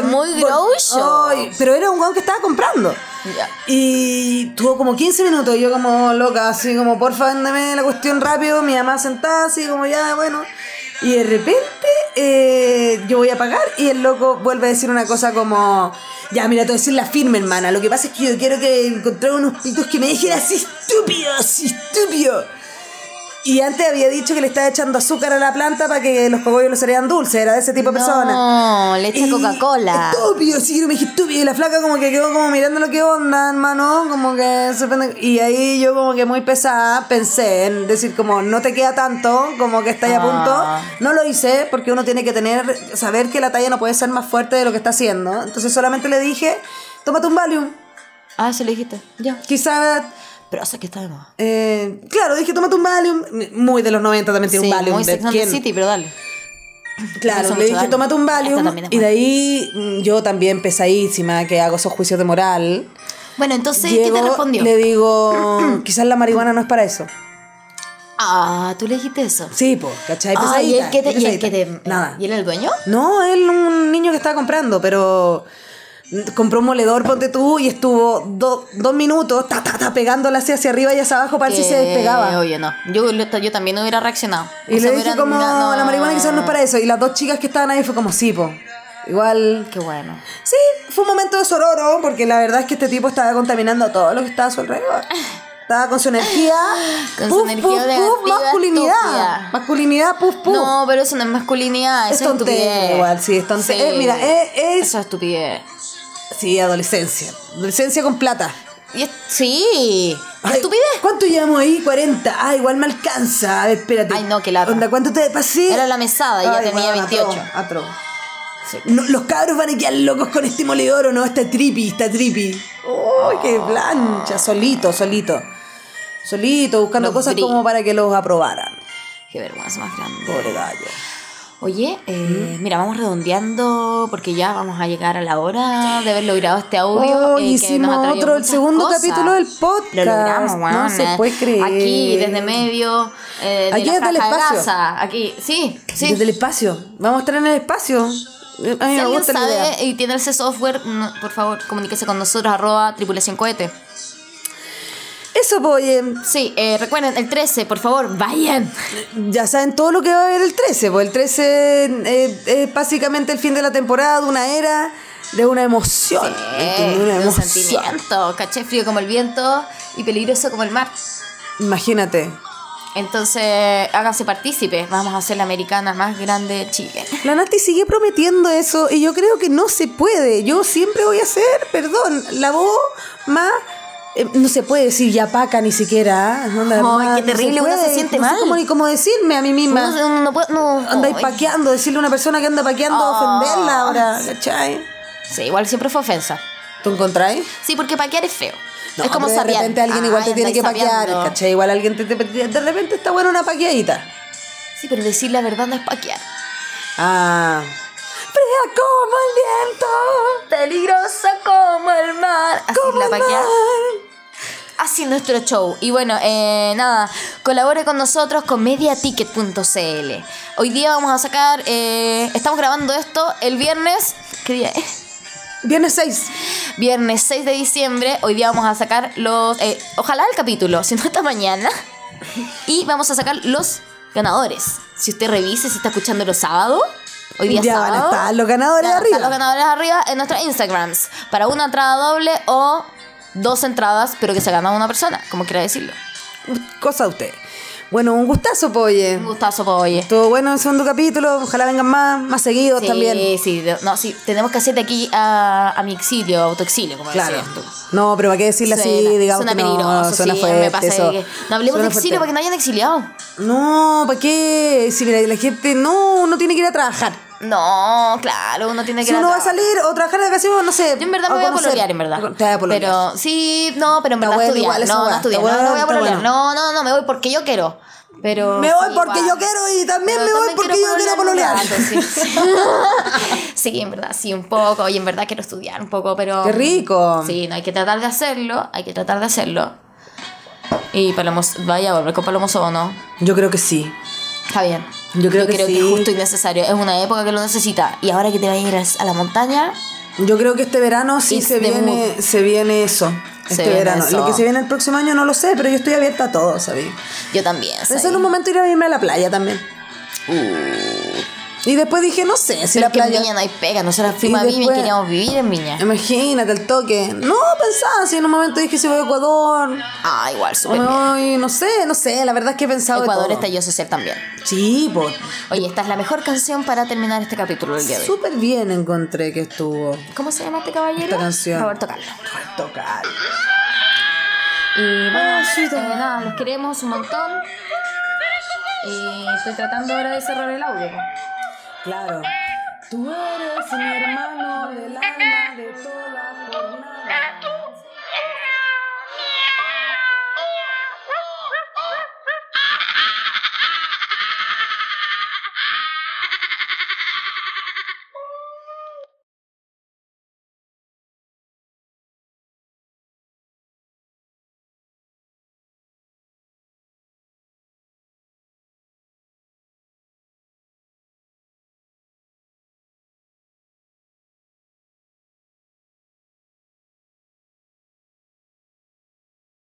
Muy grosso.
¿Mm? Ay, pero era un huevón que estaba comprando.
Ya.
Y tuvo como 15 minutos, y yo como loca, así como, porfa, véndeme la cuestión rápido, mi mamá sentada, así como ya, bueno. Y de repente eh, yo voy a pagar y el loco vuelve a decir una cosa como, ya, mira, te voy a decir la firme, hermana, lo que pasa es que yo quiero que encontré unos pitos que me dejen así estúpido, así estúpido. Y antes había dicho que le estaba echando azúcar a la planta para que los cogollos los serían dulces, era de ese tipo de persona.
No, le echa
Y-
Coca-Cola.
Estúpido, sí, yo me dije estúpido. Y la flaca como que quedó como mirando lo que onda, hermano. Como que se pende- Y ahí yo como que muy pesada pensé en decir como no te queda tanto, como que está ahí a
Ah.
punto. No lo hice porque uno tiene que tener, saber que la talla no puede ser más fuerte de lo que está haciendo. Entonces solamente le dije, tómate un Valium.
Ah, se lo dijiste. Ya.
Quizás...
Pero hace que está de moda.
eh, claro, dije, tómate un Valium. Muy de los 90 también tiene
Sí,
un Valium.
muy
de
Sex and the
quién-
City, pero dale. Eso
Claro,
mucho
le dije,
daño.
tómate un Valium.
Esta también es
Y de ahí mm, yo también pesadísima, que hago esos juicios de moral.
Bueno, entonces, ¿qué
Llego,
te respondió?
Le digo, quizás la marihuana no es para eso.
Ah, tú le dijiste eso.
Sí, po, ¿cachai?
Ah, y
Pesadita,
el que te, y el
pesadita.
que te-
Nada.
¿Y él era el dueño?
No, él un niño que estaba comprando, pero mm, compró un moledor, ponte tú, y estuvo do- dos minutos ta, ta, ta, pegándole así hacia arriba y hacia abajo para ver si se
Eh,
despegaba.
Oye, no. Yo, lo- yo también hubiera reaccionado.
Y
O sea,
le dije
hubieran-
como,
no,
la marihuana quizás no es para eso. Y las dos chicas que estaban ahí fue como, sí, po. Igual,
Qué bueno.
Sí, fue un momento de sororo, porque la verdad es que este tipo estaba contaminando a todo lo que estaba a su alrededor. Estaba con su energía.
Con su energía negativa,
masculinidad.
estúpida.
Masculinidad, puf, puf.
No, pero eso no es masculinidad,
Es
eso es
tontera
estupidez.
igual, sí, es tontera. Eh, mira, eh, es-
Eso es estupidez.
Sí, adolescencia. Adolescencia con plata.
Y es- sí,
Ay,
estupidez.
¿Cuánto llevamos ahí? 40. Ah, igual me alcanza. A ver, espérate.
Ay, no, qué lata.
Onda, ¿cuánto te pasé?
Era la mesada y ya
Ay,
tenía
bueno,
28.
atro, atro.
Sí.
No, los cabros van a quedar locos con este moledor o no, está trippy, está trippy. ¡Uy, qué plancha! Solito, solito. Solito, buscando
Los
cosas
brillos.
como para que los aprobaran.
Qué vergüenza más grande.
Pobre gallo.
Oye,
Mm.
eh, mira, vamos redondeando porque ya vamos a llegar a la hora de haber logrado este audio. eh,
Hoy
que nos ha
Oh, hicimos
traído
otro, el
muchas
segundo
cosas.
capítulo del podcast.
Lo logramos,
No
weona.
se puede creer.
Aquí, desde medio. eh, de
Aquí
la
desde el
caja de
espacio.
Gaza, Aquí, sí, sí.
Desde el espacio. Vamos a estar en el espacio. A mí
Si
me
alguien
gusta la idea.
sabe y tiene ese software, no, por favor, comuníquese con nosotros, arroba tripulación cohete.
Eso, pues, oye,
Sí, eh, recuerden, el 13, por favor, vayan.
ya saben todo lo que va a haber el 13, pues el 13 eh, es básicamente el fin de la temporada, de una era, de una emoción.
Eh,
de una
un
emoción.
sentimiento, caché frío como el viento y peligroso como el mar.
Imagínate.
Entonces, háganse partícipes, vamos a ser la americana más grande de Chile.
La Nati sigue prometiendo eso y yo creo que no se puede. Yo siempre voy a ser, perdón, la voz más... eh, no se puede decir ya paca ni siquiera. ¿ah? Onda,
Ay,
más,
qué
no se
terrible, uno se
puede.
siente
no
mal.
Sé cómo, ni cómo decirme a mí misma.
No, sé, no, no puedo, no.
Andáis
ay.
paqueando, decirle a una persona que anda paqueando,
Ah.
ofenderla ahora, ¿cachai?
Sí, igual siempre fue ofensa.
¿Tú encontráis?
Sí, porque paquear es feo.
No,
es como Ah,
pero
saber
De repente alguien igual te tiene que paquear, ¿cachai? Igual alguien te, te- te- De repente está buena una paqueadita.
Sí, pero decir la verdad no es paquear.
Ah. Fría como
Peligrosa como el mar. Así
el viento. Como
la
el
paquea.
mar.
Así nuestro show. Y bueno, eh, nada, colabore con nosotros con mediaticket.cl. Hoy día vamos a sacar, eh, estamos grabando esto el viernes, ¿qué día es?
Viernes 6.
Viernes 6 de diciembre. Hoy día vamos a sacar los, eh, ojalá el capítulo, si no esta mañana. Y vamos a sacar los ganadores. Si usted revise, si está escuchando los sábados. Hoy día
ya
sábado.
van a estar los ganadores
Ya,
arriba.
están los ganadores arriba en nuestros Instagrams. Para una entrada doble o dos entradas, pero que se gana una persona, como quiera decirlo.
Cosa de usted. Bueno, un gustazo, poye.
Un gustazo, pues, oye.
Estuvo bueno el segundo capítulo. Ojalá vengan más, más seguidos
Sí,
también.
sí, de- no, sí, tenemos que hacer de aquí a, a mi exilio, autoexilio, como
Claro.
decías tú.
No, pero para qué decirle así,
Suena-
digamos
suena
que no,
peligroso,
suena
sí,
fuerte,
me pasa
eso.
que- No hablemos
Suena
de exilio
fuerte.
para que no hayan exiliado.
No, ¿para qué? Si mira, la gente no, no tiene que ir a trabajar.
No, claro, uno tiene que
Si
ir a
uno va a
trabajar.
salir o trabajar de vacaciones, no sé.
Yo en verdad me voy a
conocer.
pololear, en verdad.
Te vas a pololear.
Pero sí, no, pero en
Está
verdad
bueno
estudiar.
igual esa
no,
weá,
no
está
estudiar.
bueno,
no, no voy a
está
pololear.
bueno.
No, no, no, me voy porque yo quiero. Pero
me voy
sí,
porque
igual.
yo quiero y también
Pero
me voy
también
porque yo quiero pololear.
un rato, sí, sí. Sí, en verdad, sí, un poco. Y en verdad quiero estudiar un poco, pero.
Qué rico.
Sí, no, hay que tratar de hacerlo. Hay que tratar de hacerlo. Y Palomos, vaya a volver con Palomoso o no.
Yo creo que sí.
Está bien.
Yo creo que sí.
es justo y necesario. Es una época que lo necesita. Y ahora que te vayas a ir a- a la montaña,
Yo creo que este verano sí
It's
se
the
viene, se viene eso.
Se
Este
viene
verano.
eso.
Lo que se viene el próximo año no lo sé, pero yo estoy abierta a todo, ¿sabes?
yo también.
Pensé
soy-
en un momento ir a irme a la playa también. Y después dije, no sé si
Uh. Pero
la
es que
playa.
en Viña no hay pega, nosotros fuimos a Viña
después- Em-
y queríamos vivir en Viña.
Imagínate el toque. No, pensaba, si en un momento dije si voy a Ecuador.
Ah, igual,
O
súper
me
bien.
voy, no sé, no sé, la verdad es que he pensado. de
Ecuador
todo.
estalló social también.
Sí, pues.
Oye, esta es la mejor canción para terminar este capítulo del día de hoy.
Súper bien encontré que estuvo.
¿Cómo se llama este caballero?
Esta canción.
Roberto Carlos.
Tocar.
Y bueno, eh, nada, los queremos un montón. Y estoy tratando ahora de cerrar el audio. po.
Claro. Tú eres mi hermano del alma de toda